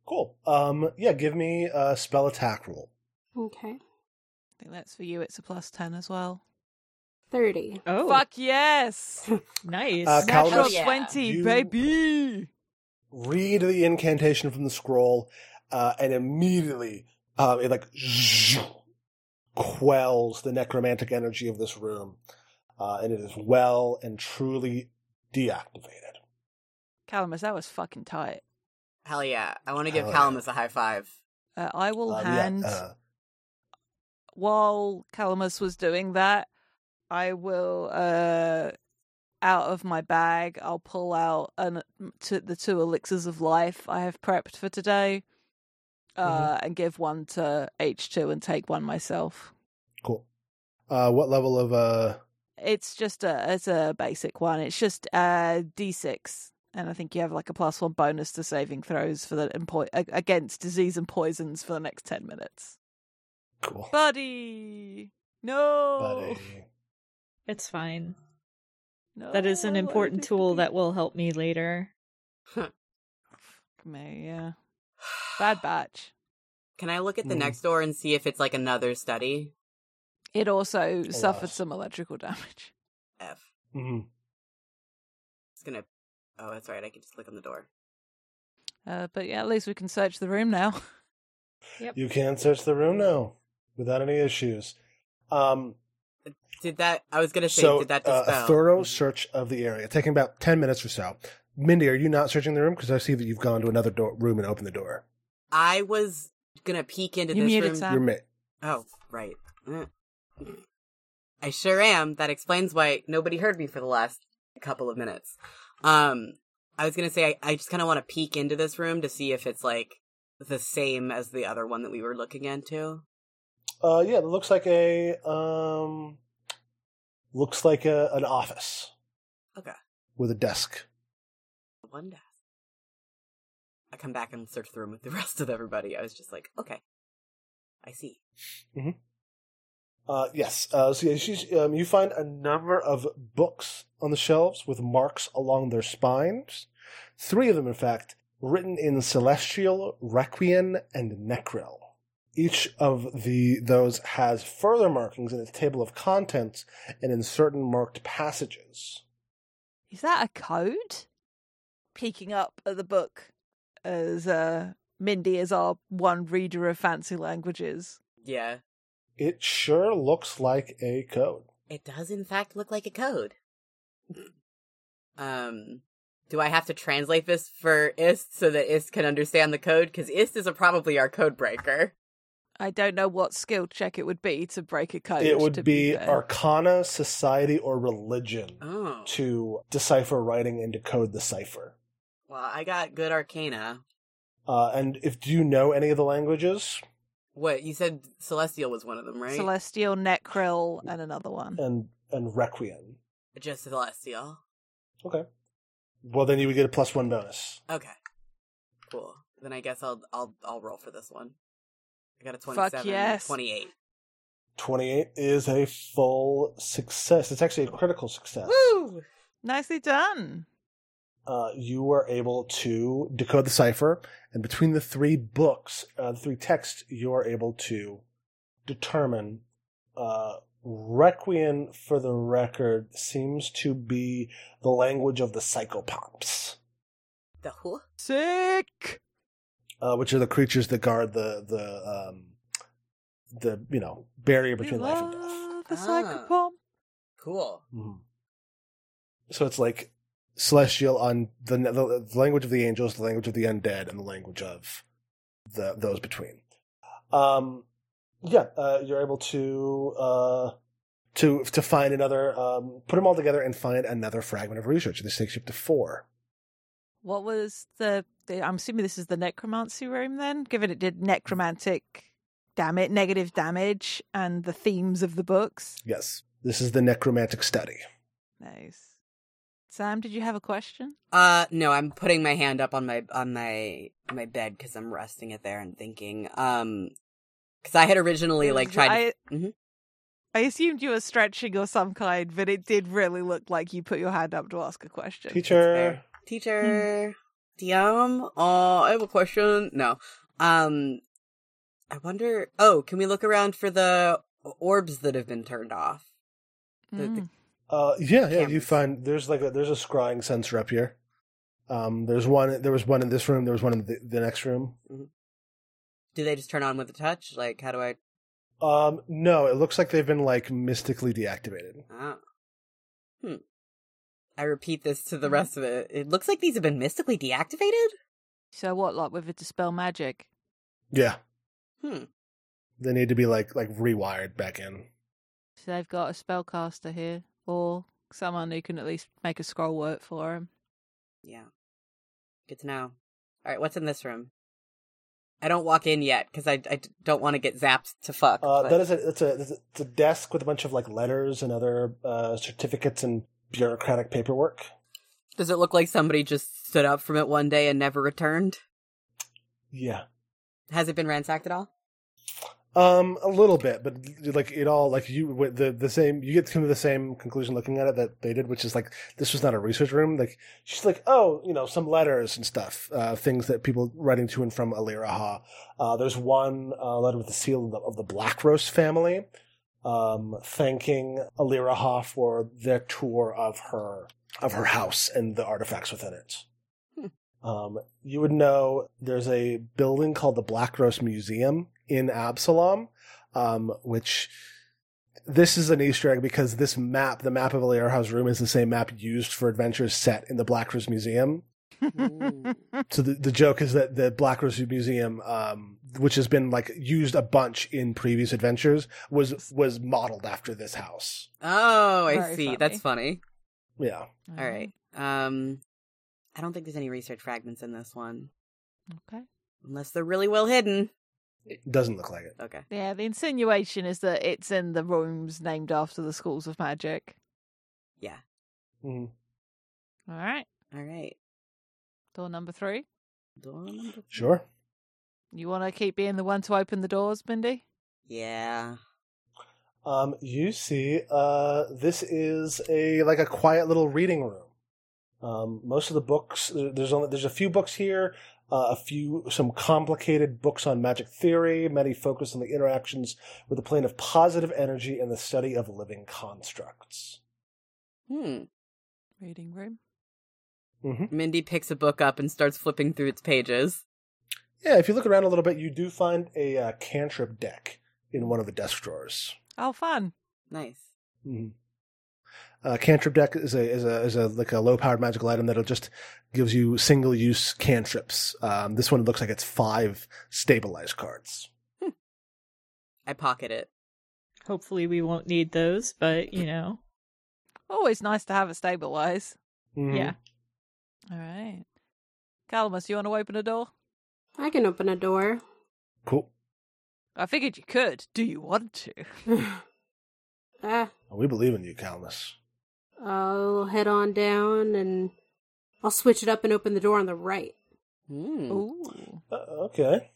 Cool. Um, yeah, give me a spell attack roll. Okay, I think that's for you. It's a plus ten as well. thirty. Oh, Fuck yes! nice. Uh, Calmus, Natural yeah. twenty, You- baby. read the incantation from the scroll, uh, and immediately uh, it like quells the necromantic energy of this room, uh, and it is well and truly deactivated. Calamus, that was fucking tight. Hell yeah. I want to give Hell Calamus a high five. Uh, I will Um, yeah, hand uh, while Calamus was doing that, I will uh out of my bag, I'll pull out an t- the two elixirs of life I have prepped for today. Uh, and give one to H2 and take one myself. cool. Uh, what level of uh? It's just a it's a basic one. It's just uh d6 and I think you have like a plus 1 bonus to saving throws for the and po- a- against disease and poisons for the next 10 minutes. Cool. Buddy. No. Buddy. it's fine. No, That is an I important did tool it. that will help me later. Me, yeah. Bad batch. Can I look at the Mm. next door and see if it's like another study? It also Oh, suffered loss. some electrical damage. F. Mhm. It's gonna. Oh, that's right. I can just click on the door. Uh, but yeah, at least we can search the room now. You can search the room now without any issues. Um, Did that? I was gonna say, so did that uh, dispel? Mm-hmm. a thorough search of the area, taking about ten minutes or so. Mindy, are you not searching the room? Because I see that you've gone to another door- room and opened the door. I was gonna peek into You this muted room. Sam. You're ma- Oh, right. Mm. I sure am. That explains why nobody heard me for the last couple of minutes. Um, I was gonna say I, I just kind of want to peek into this room to see if it's like the same as the other one that we were looking into. Uh, yeah, it looks like a um, looks like a an office. Okay. With a desk. One desk. I come back and search the room with the rest of everybody. I was just like, okay, I see. Uh, yes. Uh, so yeah, she's, um, you find a number of books on the shelves with marks along their spines. Three of them, in fact, written in Celestial, Requien, and Necril. Each of the those has further markings in its table of contents and in certain marked passages. Is that a code? Peeking up at the book as uh, Mindy is our one reader of fancy languages. Yeah. It sure looks like a code. It does, in fact, look like a code. um, do I have to translate this for Ist so that Ist can understand the code? Because Ist is a, probably our code breaker. I don't know what skill check it would be to break a code. it would to be fair. arcana, society, or religion Oh. to decipher writing and decode the cipher. Well, I got good arcana. Uh, and if do you know any of the languages, What? You said Celestial was one of them, right? Celestial, Necril, and another one. and and requiem, Just Celestial. well then you would get a plus one bonus. Okay. Cool. Then I guess I'll I'll I'll roll for this one. I got a Fuck 27, yes. 28. Twenty eight is a full success. It's actually a critical success. Woo! Nicely done. uh, you were able to decode the cipher, and between the three books, uh, the three texts, you are able to determine. Uh, Requiem, for the record, seems to be the language of the psychopomps, The who? Sick. uh, which are the creatures that guard the the um, the you know barrier between we life and love death. the Ah. psychopomp. Cool. Mhm. So it's like celestial on the, the the language of the angels, the language of the undead, and the language of the those between. Um, yeah, uh, you're able to uh, to to find another, um, put them all together, and find another fragment of research. This takes you up to four. What was the, the? I'm assuming this is the necromancy room then, given it did necromantic, damn it, negative damage, and the themes of the books. Yes, this is the necromantic study. Nice. Sam, did you have a question? Uh no, I'm putting my hand up on my on my my bed cuz I'm resting it there and thinking um cuz I had originally like tried to- I, Mhm. I assumed you were stretching or some kind, but it did really look like you put your hand up to ask a question. Teacher, teacher DM, uh I have a question. No. Um I wonder Oh, can we look around for the orbs that have been turned off? the- Mm. uh, yeah, yeah, you Cameras. find there's like a, there's a scrying sensor up here. Um, there's one. There was one in this room. There was one in the, the next room. Do they just turn on with a touch? Like how do I Um, no, it looks like they've been like mystically deactivated. Oh. Hmm. I repeat this to the rest of it. It looks like these have been mystically deactivated? So what, like with a dispel magic? Yeah, Hmm. they need to be like like rewired back in. So they've got a spellcaster here, or someone who can at least make a scroll work for him. Yeah. Good to know. All right, what's in this room? I don't walk in yet because I, I d- don't want to get zapped to fuck. Uh, but- that is a it's a it's a- it's a desk with a bunch of like letters and other uh, certificates and bureaucratic paperwork. Does it look like somebody just stood up from it one day and never returned? Yeah, Has it been ransacked at all? um, a little bit, but like it all like you with the the same you get to come to the same conclusion looking at it that they did, which is like this was not a research room. Like she's like, oh, you know, some letters and stuff, uh, things that people writing to and from Aliraha. Uh, there's one uh, letter with the seal of the, of the Black Rose family, um, thanking Aliraha for their tour of her of her house and the artifacts within it. Hmm. Um, you would know there's a building called the Black Rose Museum in Absalom, um, which this is an Easter egg because this map, the map of Aliraha's room, is the same map used for adventures set in the Black Rose Museum. So the, the joke is that the Black Rose Museum, um, which has been like used a bunch in previous adventures, was was modeled after this house. Oh, I Very Mm-hmm. see. That's funny. Yeah. All right. Um, I don't think there's any research fragments in this one, Mm, Okay. unless they're really well hidden. Doesn't look like it. Okay. Yeah, the insinuation is that it's in the rooms named after the schools of magic. Mhm. All right. All right. Door number three. Door number- Sure. You want to keep being the one to open the doors, Mindy? Yeah. Um, you see, uh, this is a like a quiet little reading room. Um, most of the books there- there's only there's a few books here, uh, a few some complicated books on magic theory, many focused on the interactions with the plane of positive energy and the study of living constructs. Hmm. Reading room. hmm Mindy picks a book up and starts flipping through its pages. Yeah, if you look around a little bit, you do find a uh, cantrip deck in one of the desk drawers. Oh, fun. Nice. Mhm. Uh, cantrip deck is a is a is a like a low powered magical item that'll just gives you single use cantrips. Um, this one looks like it's five stabilized cards. I pocket it. Hopefully, we won't need those, but you know, Always nice to have a stabilize. Mhm. yeah. All right. Calamus, you want to open a door? I can open a door. cool. I figured you could. Do you want to? ah, We believe in you, Calmus. I'll head on down and I'll switch it up and open the door on the right. Hmm. Ooh, Uh, okay.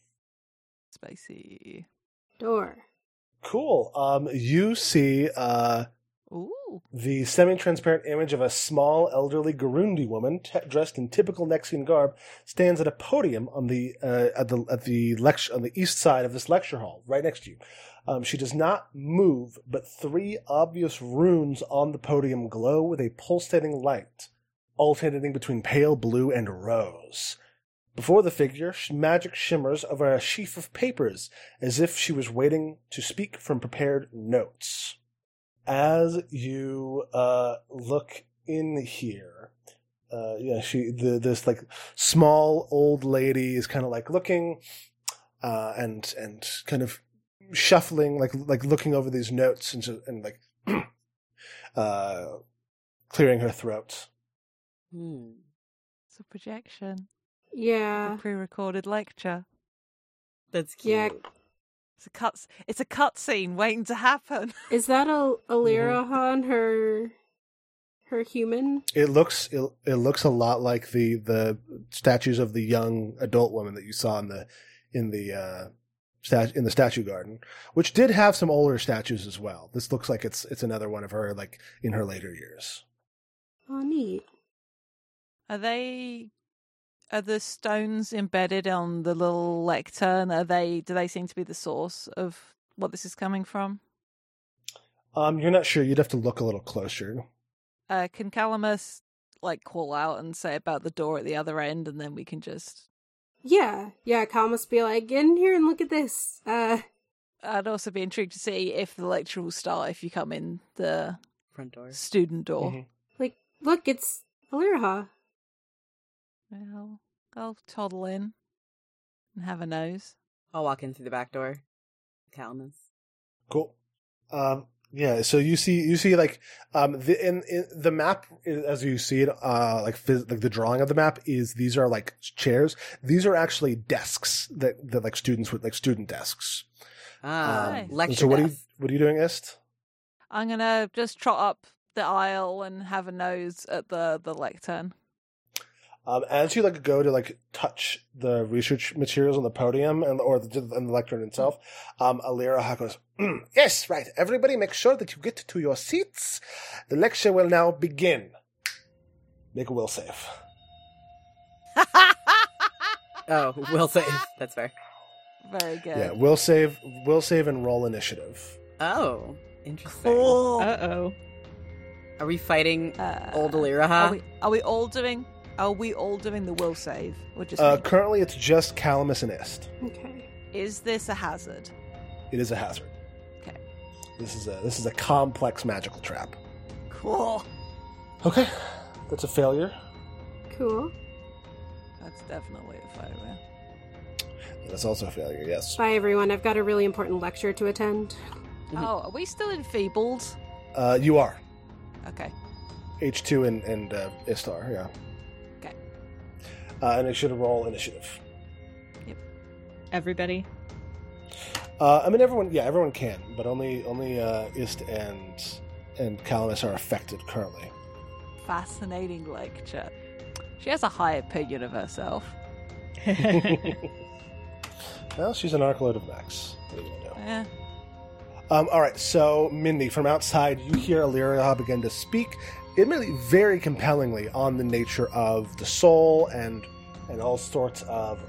spicy. Door. Cool. Um, you see uh, Ooh, the semi-transparent image of a small, elderly Gurundi woman t- dressed in typical Nexian garb stands at a podium on the uh, at the at the lecture on the east side of this lecture hall, right next to you. Um, she does not move, but three obvious runes on the podium glow with a pulsating light, alternating between pale blue and rose. Before the figure, sh- magic shimmers over a sheaf of papers, as if she was waiting to speak from prepared notes as you uh, look in here, uh, yeah, she the, this like small old lady is kind of like looking uh, and and kind of shuffling, like like looking over these notes and so- and like uh, clearing her throat. Hmm. it's a projection. Yeah. a pre-recorded lecture. That's cute. Yeah. It's a cut. It's a cut scene waiting to happen. Is that a Alira on her her human? It looks it, it looks a lot like the the statues of the young adult woman that you saw in the in the uh, stat, in the statue garden, which did have some older statues as well. This looks like it's it's another one of her like in her later years. Oh neat. Are they? Are the stones embedded on the little lectern? Are they? Do they seem to be the source of what this is coming from? Um, you're not sure. You'd have to look a little closer. Uh, can Calamus like call out and say about the door at the other end, and then we can just. Yeah. Yeah, Kyle must be like, get in here and look at this. Uh I'd also be intrigued to see if the lecture will start if you come in the Front door. student door. Mhm. like look, it's Alira. Well, I'll toddle in and have a nose. I'll walk in through the back door. Calmus. Cool. Um, yeah. So you see, you see, like, um, the in, in the map is- as you see it, uh, like, phys- like the drawing of the map is these are like chairs. These are actually desks that that like students would like student desks. Ah, Nice. lecture. So what are you desk. what are you doing, Est? I'm gonna just trot up the aisle and have a nose at the the lectern. Um, as you like go to like touch the research materials on the podium and or the, and the lectern itself, um, Alira Ha goes, "Mm, "Yes, right. Everybody, make sure that you get to your seats. The lecture will now begin. Make a will save." Oh, will save. That's fair. Very good. Yeah, will save, will save, and roll initiative. Oh, interesting. Uh oh. Are we fighting Uh, old Are Aliraha? we are we all doing? Are we all doing the will save? Or just Uh, me? currently, it's just Calamus and Ist. Okay. is this a hazard? It is a hazard. Okay. This is a this is a complex magical trap. Cool. Okay, that's a failure. Cool. That's definitely a failure. That's also a failure. Yes. Bye everyone. I've got a really important lecture to attend. Mhm. Oh, are we still enfeebled? Uh, you are Okay. H two and and uh, Ist are yeah. Okay. Uh, and it should roll initiative. Everybody. Uh, I mean, everyone. Yeah, everyone can, but only only uh, Ist and and Calamus are affected currently. Fascinating lecture. She has a high opinion of herself. Well, she's an arc load of max. What are you gonna do? Eh. Um, all right, so Mindy, from outside, you hear Illyria begin to speak, admittedly very compellingly on the nature of the soul and and all sorts of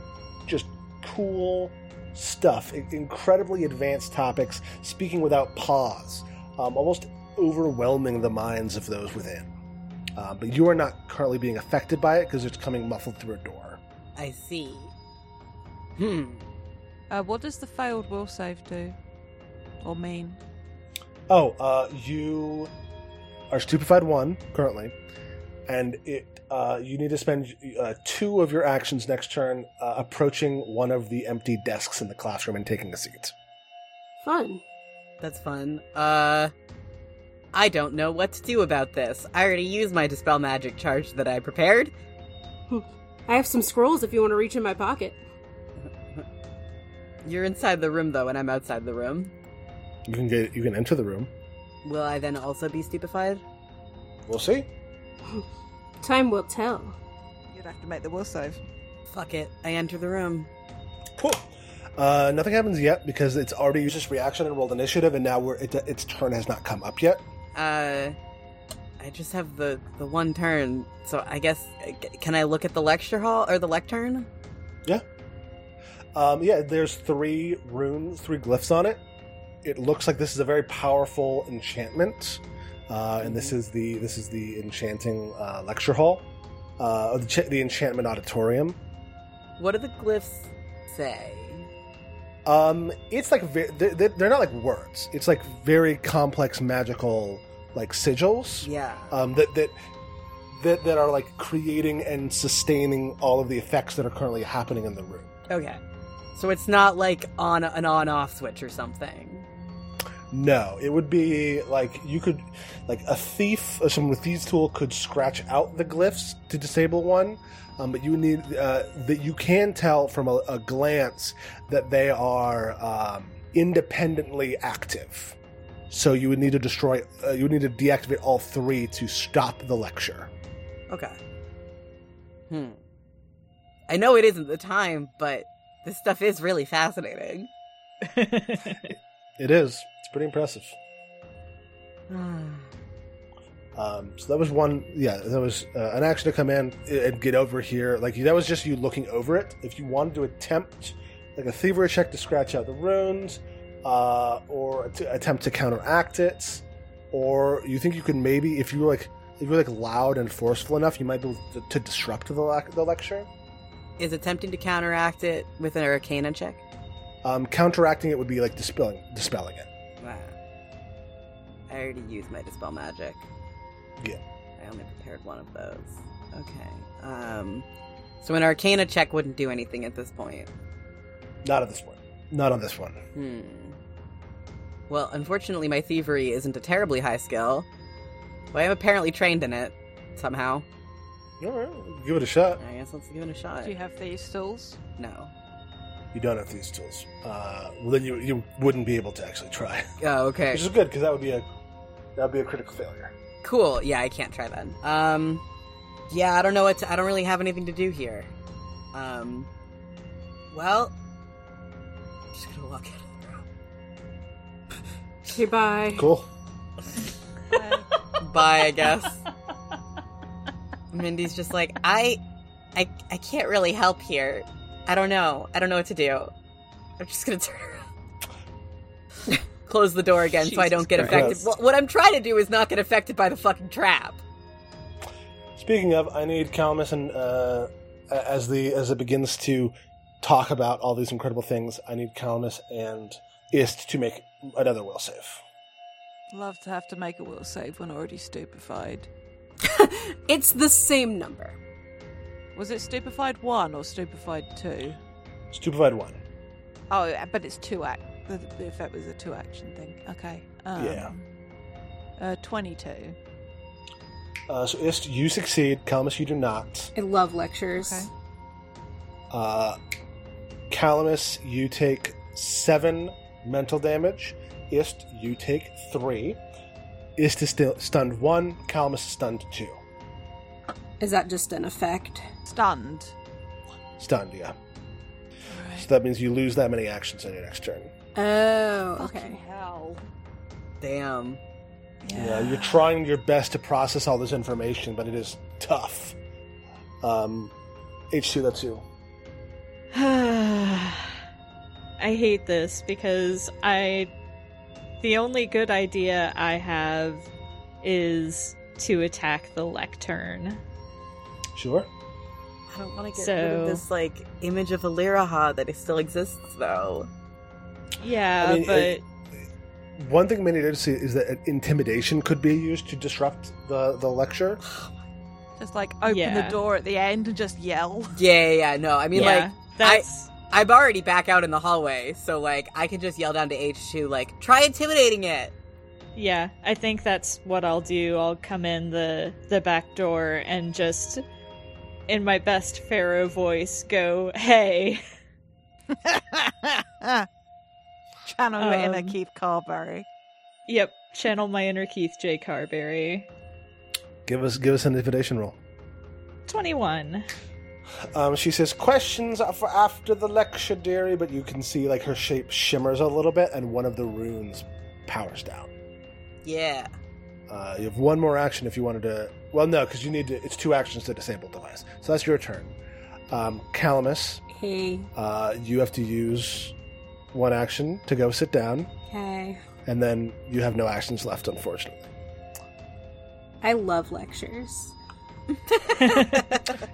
just cool stuff, i- incredibly advanced topics, speaking without pause, um, almost overwhelming the minds of those within. Uh, but you are not currently being affected by it because it's coming muffled through a door. I see. Hmm. Uh, what does the failed will save do? Or mean? Oh, uh, you are stupefied one currently, and it uh, you need to spend uh, two of your actions next turn uh, approaching one of the empty desks in the classroom and taking a seat. Fun. That's fun. Uh I don't know what to do about this. I already used my dispel magic charge that I prepared. I have some scrolls if you want to reach in my pocket. You're inside the room though, and I'm outside the room. You can get you can enter the room. Will I then also be stupefied? We'll see. Time will tell. You'd have to make the will save. Fuck it. I enter the room. Cool. Uh, nothing happens yet because it's already used its reaction and rolled initiative, and now we're, it, its turn has not come up yet. Uh I just have the the one turn, so I guess uh, can I look at the lecture hall or the lectern? Um, yeah, there's three runes, three glyphs on it. It looks like this is a very powerful enchantment, uh, and this is the this is the enchanting uh, lecture hall, uh, or the, ch- the enchantment auditorium. What do the glyphs say? Um, it's like ve- they're, they're they're not like words. It's like very complex magical like sigils Yeah. um, that that. That, that are like creating and sustaining all of the effects that are currently happening in the room. Okay. So it's not like on an on off switch or something. No, it would be like you could, like a thief or someone with thieves tool could scratch out the glyphs to disable one, um, but you need uh, that you can tell from a, a glance that they are um, independently active. So you would need to destroy, uh, you would need to deactivate all three to stop the lecture. Okay. Hmm. I know it isn't the time, but this stuff is really fascinating. It is. It's pretty impressive. okay. Um, so that was one. Yeah, that was uh, an action to come in and get over here. Like that was just you looking over it. If you wanted to attempt, like a thievery check to scratch out the runes, uh, or to attempt to counteract it, or you think you could maybe, if you were like, if you were like loud and forceful enough, you might be able to, to disrupt the, lec- the lecture. Is attempting to counteract it with an arcana check? Um, counteracting it would be like dispelling, dispelling it. Ah. I already used my dispel magic. Yeah. I only prepared one of those. Okay. Um so an arcana check wouldn't do anything at this point. Not on this one. Not on this one. Hmm. Well, unfortunately, my thievery isn't a terribly high skill, but I am apparently trained in it somehow. All right, give it a shot. I guess let's give it a shot. Do you have these tools? No. You don't have these tools. Uh, well, then you you wouldn't be able to actually try. Oh, okay. which is good because that would be a that would be a critical failure. Cool. Yeah, I can't try that. Um, yeah, I don't know what. To, I don't really have anything to do here. Um, well, I'm just gonna walk out. Goodbye. Cool. Uh, Bye, I guess. Mindy's just like I, I, I can't really help here. I don't know. I don't know what to do. I'm just gonna turn around. Close the door again so I Jesus don't get affected. Christ. What, what I'm trying to do is not get affected by the fucking trap. Speaking of, I need Calmus and uh, a- as the as it begins to talk about all these incredible things, I need Calmus and Ist to make another will save. love to have to make a will save when already stupefied. It's the same number. Was it stupefied one or stupefied two? Stupefied one. Oh, yeah, but it's two act. The, the effect was a two action thing. Okay. Um, Yeah. Uh, Twenty-two. Uh, so Ist, you succeed. Calmus, you do not. I love lectures. Okay. Uh, Calamus, you take seven mental damage. Ist, you take three. Ist is still stunned one. Calamus is stunned two. Is that just an effect? Stunned. Stunned, yeah. So that means you lose that many actions on your next turn. Oh, Fucking okay. hell. Damn. Yeah, you're trying your best to process all this information, but it is tough. Um, H2, that's you. I hate this because I. The only good idea I have is to attack the lectern. Sure. I don't want to get rid So- of this like image of Aliraha that still exists though. Yeah, I mean, but uh, One thing many did see is that intimidation could be used to disrupt the, the lecture. Just like open Yeah. the door at the end and just yell. Yeah, yeah, yeah, no. I mean, yeah, like, that's I'm already back out in the hallway, so like, I can just yell down to H2, like, try intimidating it. yeah. I think that's what I'll do. I'll come in the the back door and just, in my best Pharaoh voice, go, "Hey." Channel your inner Um, Keith Carberry. Yep. Channel my inner Keith J. Carberry. Give us give us an intimidation roll. Twenty-one. Um, she says, "Questions are for after the lecture, dearie." But you can see like her shape shimmers a little bit, and one of the runes powers down. Yeah. Uh, you have one more action if you wanted to. Well, no, because you need to. It's two actions to disable the device, so that's your turn. Um, Calamus, Hey, uh, you have to use one action to go sit down, hey. and then you have no actions left, unfortunately. I love lectures.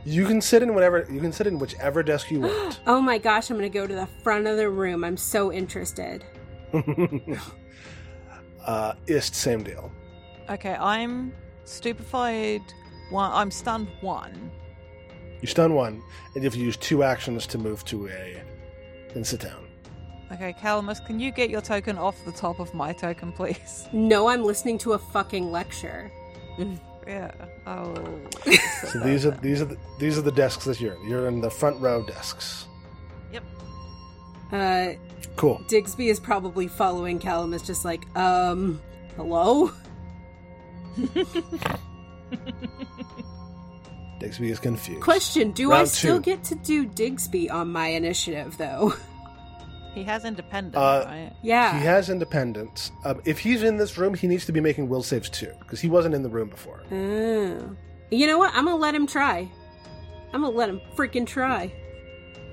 You can sit in whatever you can sit in whichever desk you want. Oh my gosh, I'm gonna go to the front of the room. I'm so interested. uh, ist same deal. Okay, I'm stupefied. One, I'm stunned. One. You stun one, and you have to use two actions to move to a and sit down. Okay, Calamus, can you get your token off the top of my token, please? No, I'm listening to a fucking lecture. Yeah. Oh. So these are these are the, these are the desks that you're in. You're in the front row desks. Uh, Cool. Digsby is probably following Calamus, just like, um, hello? Digsby is confused. Question Do I Round still two. get to do Digsby on my initiative, though? He has independence, Uh, right? yeah. He has independence. Um, if he's in this room, he needs to be making will saves too, because he wasn't in the room before. Oh. You know what? I'm gonna let him try. I'm gonna let him freaking try.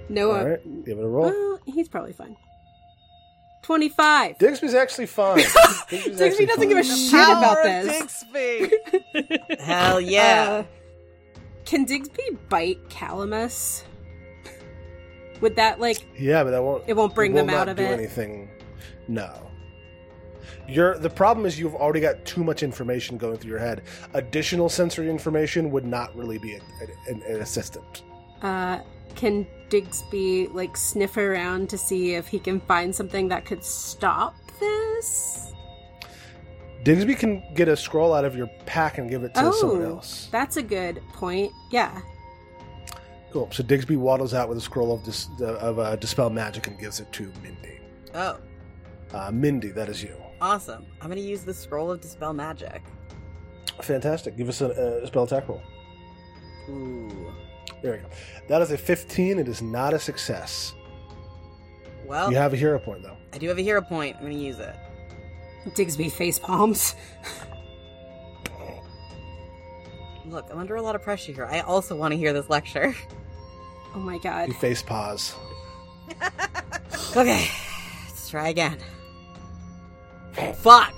No, All uh, right, give it a roll. well, he's probably fine. 25. Digsby's actually fine. Digsby's Digsby actually doesn't fine. give a shit about this. Digsby. Hell yeah. Uh, can Digsby bite Calamus? Would that like Yeah, but that won't. It won't bring will them out not of do it. Anything? No. You're, the problem is you've already got too much information going through your head. Additional sensory information would not really be a, a, an, an assistant. uh can Digsby like sniff around to see if he can find something that could stop this? Digsby can get a scroll out of your pack and give it to someone Oh, else. That's a good point. Yeah. Cool. So Digsby waddles out with a scroll of dis, uh, of uh, dispel magic and gives it to Mindy. Oh, Uh, Mindy, that is you. awesome. I'm going to use the scroll of dispel magic. Fantastic. Give us a, a spell attack roll. Ooh. There we go. That is a 15. It is not a success. Well, Oh. You have a hero point though. I do have a hero point. I'm going to use it. Digsby face palms. Look, I'm under a lot of pressure here. I also want to hear this lecture. Oh my god. You face pause. okay, let's try again. Fuck!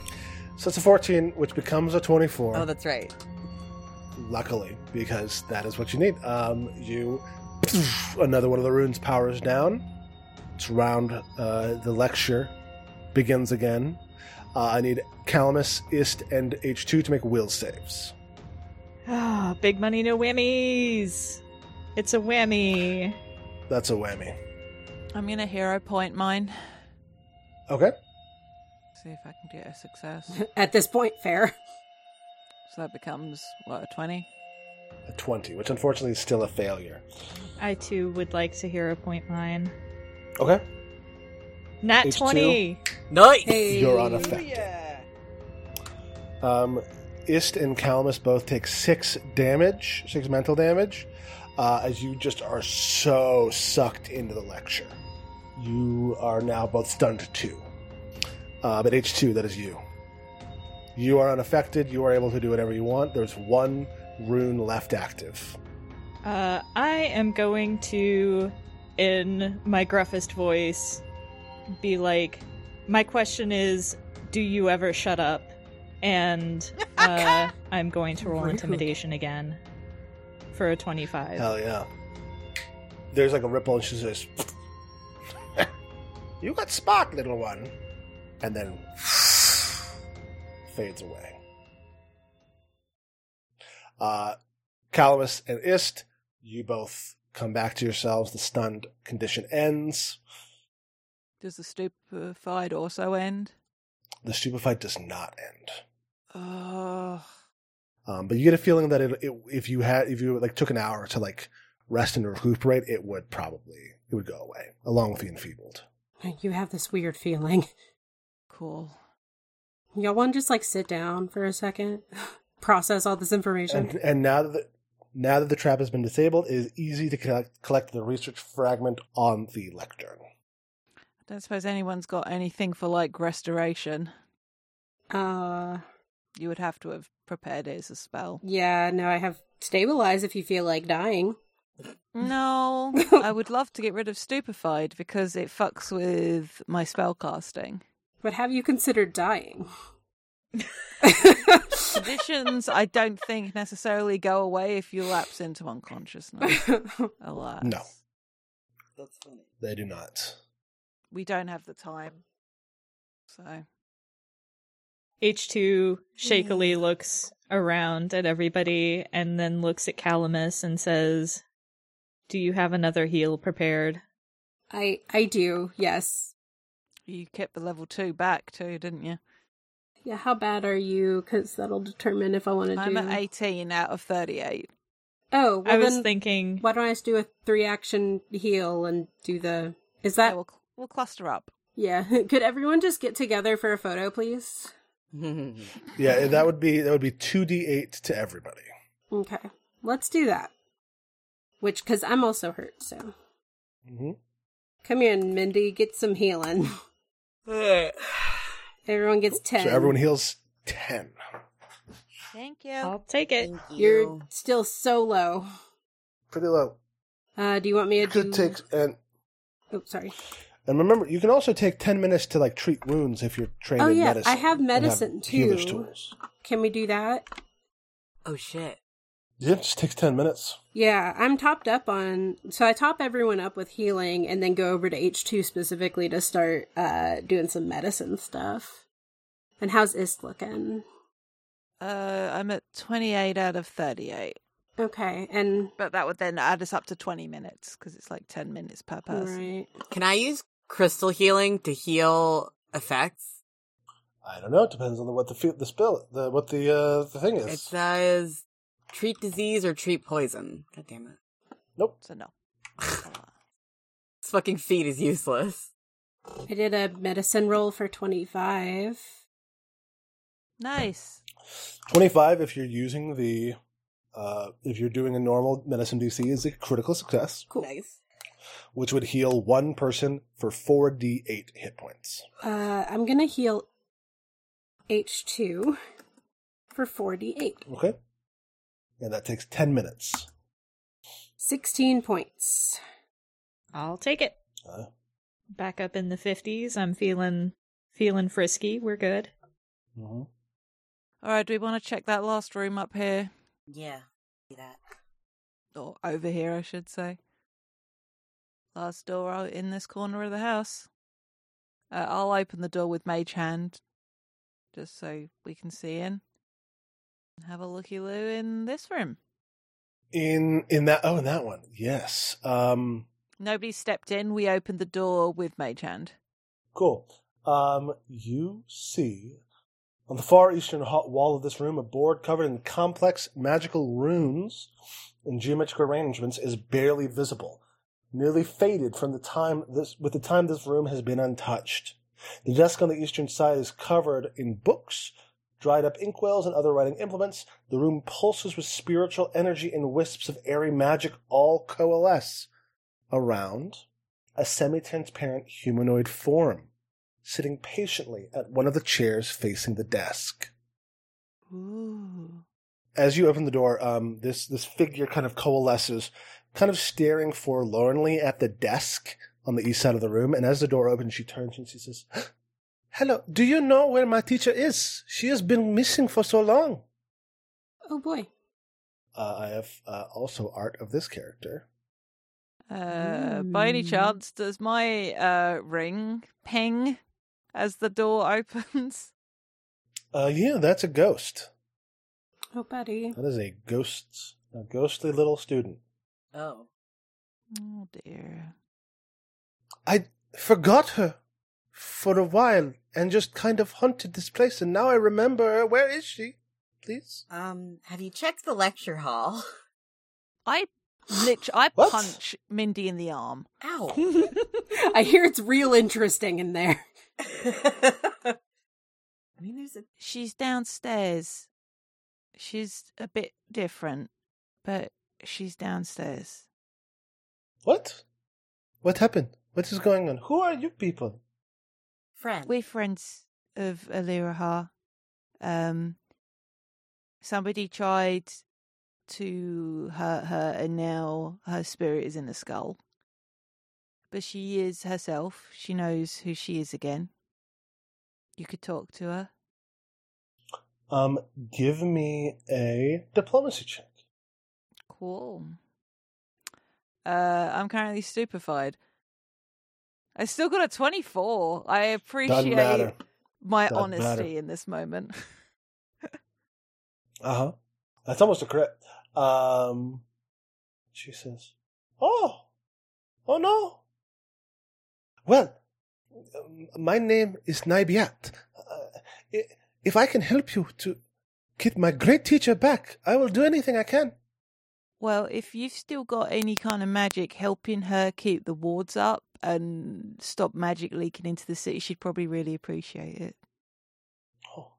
So it's a 14, which becomes a 24, Oh, that's right. luckily, because that is what you need. Um, you, another one of the runes powers down. It's round, uh, the lecture begins again. Uh, I need Calamus, Ist, and H2 to make will saves. Ah, big money, no whammies. It's a whammy. That's a whammy. I'm gonna hero point mine. Okay. See if I can get a success. At this point, fair. So that becomes what a twenty. A 20, which unfortunately is still a failure. I too would like to hear a point mine. Okay. Nat H2. 20. Nice! Hey. You're unaffected. Um, Ist and Calamus both take six damage, six mental damage, uh, as you just are so sucked into the lecture. You are now both stunned too. Uh, but H2, that is you. You are unaffected. You are able to do whatever you want. There's one rune left active. Uh, I am going to, in my gruffest voice, be like, my question is, do you ever shut up? And uh, I'm going to roll Rude. intimidation again for a 25. Hell yeah. There's like a ripple, and she says, You got spark, little one. And then fades away. Uh, Calamus and Ist, you both come back to yourselves. The stunned condition ends. Does the stupefied also end? The stupefied does not end. Oh, Um, but you get a feeling that it, it, if you had, if you like took an hour to like rest and recuperate, it would probably, it would go away along with the enfeebled. You have this weird feeling. cool. Y'all want to just like sit down for a second, process all this information? And, and now that the, now that the trap has been disabled, it is easy to collect, collect the research fragment on the lectern. I don't suppose anyone's got anything for like restoration. Uh, You would have to have prepared it as a spell. yeah. No, I have stabilize if you feel like dying. No, I would love to get rid of stupefied because it fucks with my spell casting. But have you considered dying? Conditions I don't think necessarily go away if you lapse into unconsciousness. Alas. No. That's funny. They do not. We don't have the time. So H2 shakily looks around at everybody and then looks at Calamus and says, Do you have another heal prepared? I I do. Yes. you kept the level two back too, didn't you? Yeah. How bad are you? Because that'll determine if I want to do. I'm at 18 out of 38. Oh, well I was then, thinking, why don't I just do a three action heal and do the? Is Yeah, that we'll, cl- we'll cluster up. yeah? Could everyone just get together for a photo, please? Yeah, that would be that would be two d eight to everybody. Okay, let's do that. Which, because I'm also hurt, so Mm-hmm. come in, Mindy, get some healing. Everyone gets ten. So everyone heals ten. Thank I'll take it. Thank You're you. still so low. Pretty low. Uh, do you want me to You could do? take and Oh, sorry. and remember, you can also take ten minutes to like treat wounds if you're trained Oh, in yeah, medicine. I have and medicine, too. Healer's tools. Can we do that? Oh shit. Yeah, it just takes ten minutes. Yeah, I'm topped up on. So I top everyone up with healing, and then go over to H two specifically to start uh doing some medicine stuff. And how's Ist looking? Uh, I'm at 28 out of 38. Okay, and But that would then add us up to 20 minutes because it's like 10 minutes per person. right. Can I use crystal healing to heal effects? I don't know. It depends on the, what the fe- the spill the what the uh, the thing It is. says treat disease or treat poison. God damn it. nope. So, no. This fucking feat is useless. I did a medicine roll for twenty five. nice. 25 if you're using the uh, if you're doing a normal medicine dc is a critical success Cool. Nice. which would heal one person for 4d8 hit points Uh, I'm gonna heal H two for forty eight. okay and that takes 10 minutes Sixteen points. I'll take it. uh, Back up in the 50s. I'm feeling feeling frisky. We're good. mhm. All right, do we want to check that last room up here? Yeah. Do that. Or over here, I should say. Last door out in this corner of the house. Uh, I'll open the door with Mage Hand just so we can see in. And have a looky loo in this room. in in that oh in that one yes um Nobody stepped in. We opened the door with Mage Hand. cool um you see on the far eastern ho- wall of this room a board covered in complex magical runes and geometric arrangements is barely visible nearly faded from the time this with the time this room has been untouched. The desk on the eastern side is covered in books, dried up inkwells, and other writing implements. The room pulses with spiritual energy and wisps of airy magic all coalesce around a semi-transparent humanoid form sitting patiently at one of the chairs facing the desk. Ooh. as you open the door, um, this this figure kind of coalesces, kind of staring forlornly at the desk on the east side of the room. And as the door opens, she turns and she says, "Hello. Do you know where my teacher is? She has been missing for so long." Oh boy. Uh, I have uh, also art of this character. Uh, by any Mm. chance, does my uh ring ping as the door opens? Uh, yeah, that's a ghost. Oh buddy. That is a ghost, a ghostly little student. Oh. Oh dear. I forgot her for a while and just kind of haunted this place, and now I remember her. Where is she? Please. Um, have you checked the lecture hall? I lit- I What? punch Mindy in the arm. Ow. I hear it's real interesting in there. I mean, there's a. She's downstairs. She's a bit different, but she's downstairs. What? What happened? What is going on? Who are you people? Friend. We're friends of Aliraha. Um, somebody tried to hurt her, and now her spirit is in a skull. But she is herself. She knows who she is again. You could talk to her. Um, give me a diplomacy check. Cool. Uh, I'm currently stupefied. I still got a 24. I Doesn't appreciate matter. my Doesn't honesty matter. in this moment. Uh huh. That's almost a crit. Um, she says, "Oh, oh no." Well, um, my name is Naibiat. Uh, i- if I can help you to get my great teacher back, I will do anything I can. Well, if you've still got any kind of magic helping her keep the wards up and stop magic leaking into the city, she'd probably really appreciate it. Oh,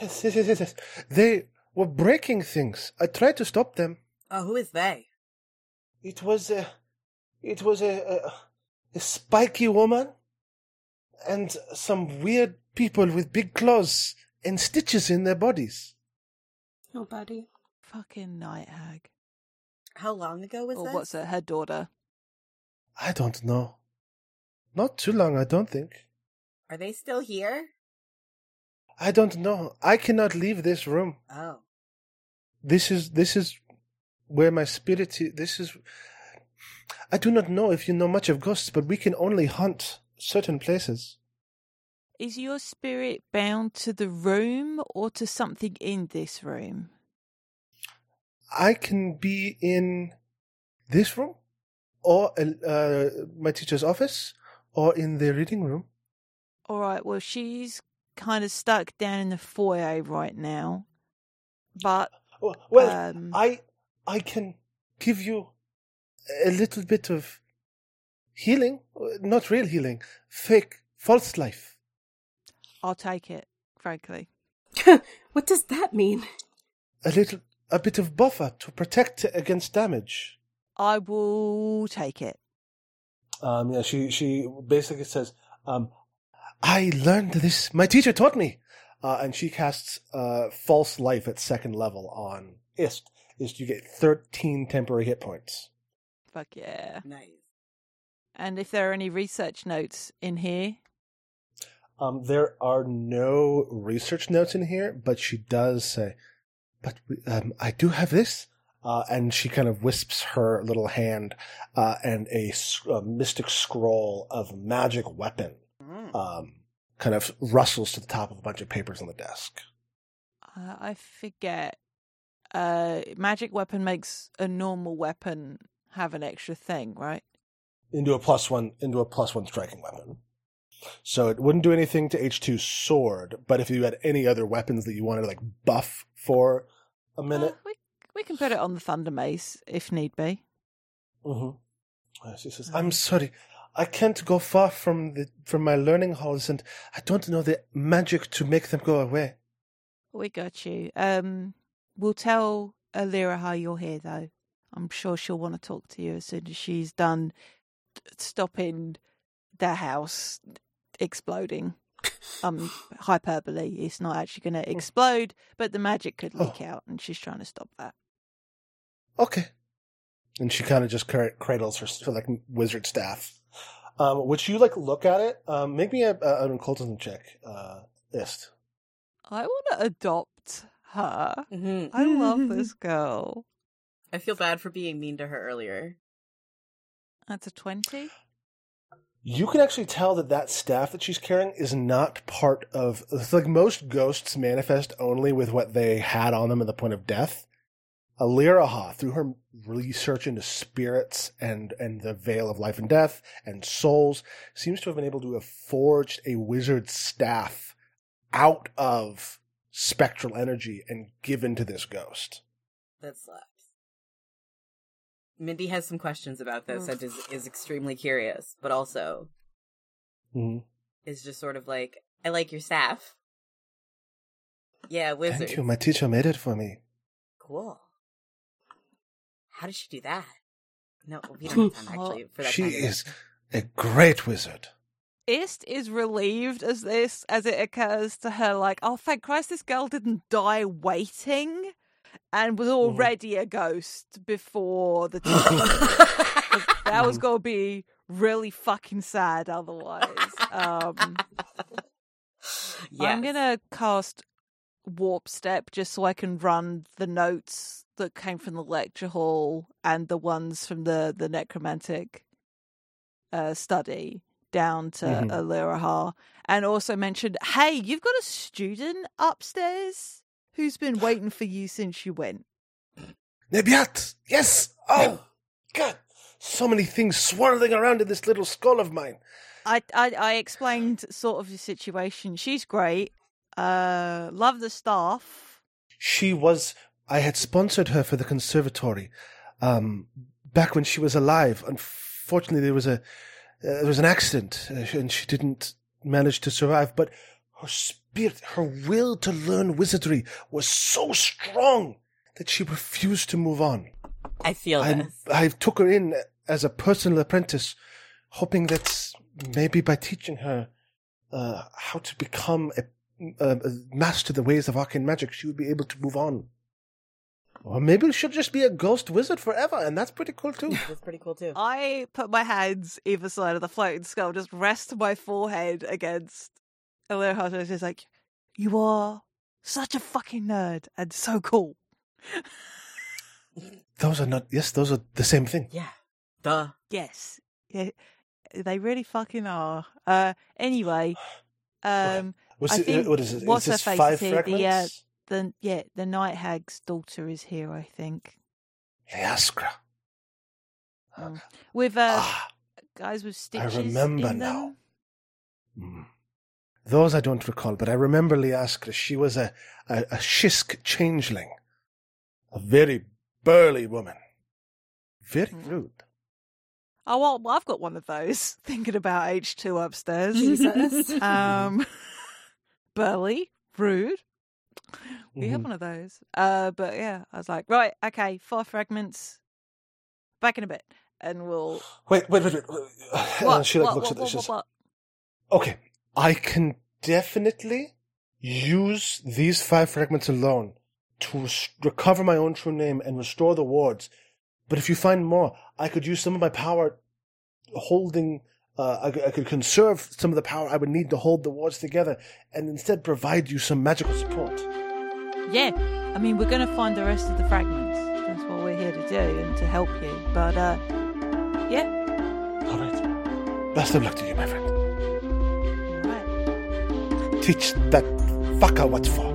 yes, yes, yes, yes, yes. They were breaking things. I tried to stop them. Oh, who is they? It was a, it was a, a, a spiky woman, and some weird people with big claws and stitches in their bodies. Oh buddy. Fucking night hag. How long ago was or this? what's her? Her daughter. I don't know. Not too long, I don't think. Are they still here? I don't know. I cannot leave this room. Oh. This is this is where my spirit. i- This is. I do not know if you know much of ghosts, but we can only hunt certain places. Is your spirit bound to the room or to something in this room? I can be in this room, or uh, my teacher's office, or in the reading room. All right, well, she's kind of stuck down in the foyer right now. But Well, Um, I I can give you a little bit of healing, uh, not real healing, fake, false life. I'll take it, frankly. What does that mean? A little, a bit of buffer to protect against damage. I will take it. Um, yeah, she she basically says, um, "I learned this. My teacher taught me." Uh, and she casts uh, false life at second level on Ist. Ist, you get thirteen temporary hit points. Fuck yeah. Nice. And if there are any research notes in here, Um, there are no research notes in here, but she does say, "But we, um, I do have this." Uh, and she kind of wisps her little hand, uh, and a, s- a mystic scroll of magic weapon Mm. um, kind of rustles to the top of a bunch of papers on the desk. uh, I forget. Uh, magic weapon makes a normal weapon have an extra thing, right? into a plus one into a plus one striking weapon. So it wouldn't do anything to H 2s sword, but if you had any other weapons that you wanted to like buff for a minute, Uh, we we can put it on the thunder mace if need be. mm-hmm. she says, "I'm sorry, I can't go far from the from my learning halls, and I don't know the magic to make them go away." We got you. Um, we'll tell Alira how you're here, though. I'm sure she'll want to talk to you as soon as she's done t- stopping the house exploding. um hyperbole. It's not actually going to explode, but the magic could leak out, and she's trying to stop that. Okay. And she kind of just cr- cradles her, her like wizard staff. Um, would you like look at it? Um, make me a, a, an occultism check, uh, Ist. I want to adopt her. Mhm. I love this girl. I feel bad for being mean to her earlier. That's a twenty. You can actually tell that that staff that she's carrying is not part of. It's like most ghosts manifest only with what they had on them at the point of death. Aliraha, through her research into spirits and, and the veil of life and death and souls, seems to have been able to have forged a wizard staff out of spectral energy and given to this ghost. That slaps. Mindy has some questions about this and is, is extremely curious, but also Mhm. is just sort of like, I like your staff. Yeah, wizard. Thank you. My teacher made it for me. Cool. How did she do that? No, we don't have time actually for that. She kind of- is a great wizard. Ist is relieved as this as it occurs to her, like, oh thank Christ this girl didn't die waiting and was already a ghost before the time. that was gonna be really fucking sad otherwise. Um Yes. I'm gonna cast warp step just so I can run the notes that came from the lecture hall and the ones from the the necromantic uh, study down to Mhm. Alirahar, and also mentioned, hey, you've got a student upstairs who's been waiting for you since you went. Nebiat! Yes! Oh! God! So many things swirling around in this little skull of mine. I, I I explained sort of the situation. She's great. Uh, love the staff. She was. I had sponsored her for the conservatory um, back when she was alive. Unfortunately, there was a. Uh, there was an accident, uh, and she didn't manage to survive. But her spirit, her will to learn wizardry, was so strong that she refused to move on. I feel I this. I took her in as a personal apprentice, hoping that maybe by teaching her uh, how to become a, a, a master the ways of arcane magic, she would be able to move on. Or maybe she'll just be a ghost wizard forever, and that's pretty cool too. That's pretty cool too. I put my hands either side of the floating skull, just rest my forehead against Aloha. and She's like, You are such a fucking nerd and so cool. those are not. Yes, those are the same thing. Yeah. Duh. Yes. Yeah, they really fucking are. Uh, anyway, um, What's I it- uh, think what is it? what's is this her face five is here, the, uh, fragments? the yeah, the Night Hag's daughter is here, I think, Leaskra. with uh, ah, guys with I stitches. remember in now. Mm. them. Those I don't recall, but I remember Liaskra. She was a, a, a Shisk changeling. A very burly woman. Very Mm. rude. Oh well, I've got one of those. Thinking about H two upstairs. Jesus. Mm-hmm. um burly rude we have Mhm. one of those uh but yeah i was like right okay four fragments back in a bit and we'll Mm-hmm. Wait, wait, wait, wait. And what, she like what, looks what, at this. what, She's- what, Okay, I can definitely use these five fragments alone to res- recover my own true name and restore the wards. But if you find more, I could use some of my power holding. Uh, I, c- I could conserve some of the power I would need to hold the wards together, and instead provide you some magical support. what? yeah i mean we're gonna find the rest of the fragments that's what we're here to do and to help you but uh yeah All right. Best of luck to you, my friend. right. Teach that fucker what's for.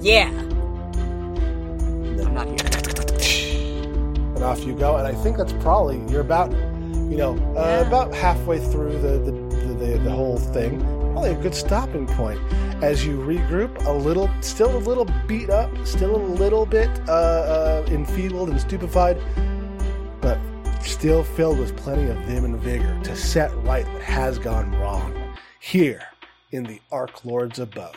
Yeah. I'm not here. and off you go. And I think that's probably you're about, you know, uh, Yeah. about halfway through the the, the, the the whole thing. Probably a good stopping point as you regroup. A little, still a little beat up, still a little bit uh, uh, enfeebled and stupefied, but still filled with plenty of vim and vigor to set right what has gone wrong here in the Ark Lord's abode.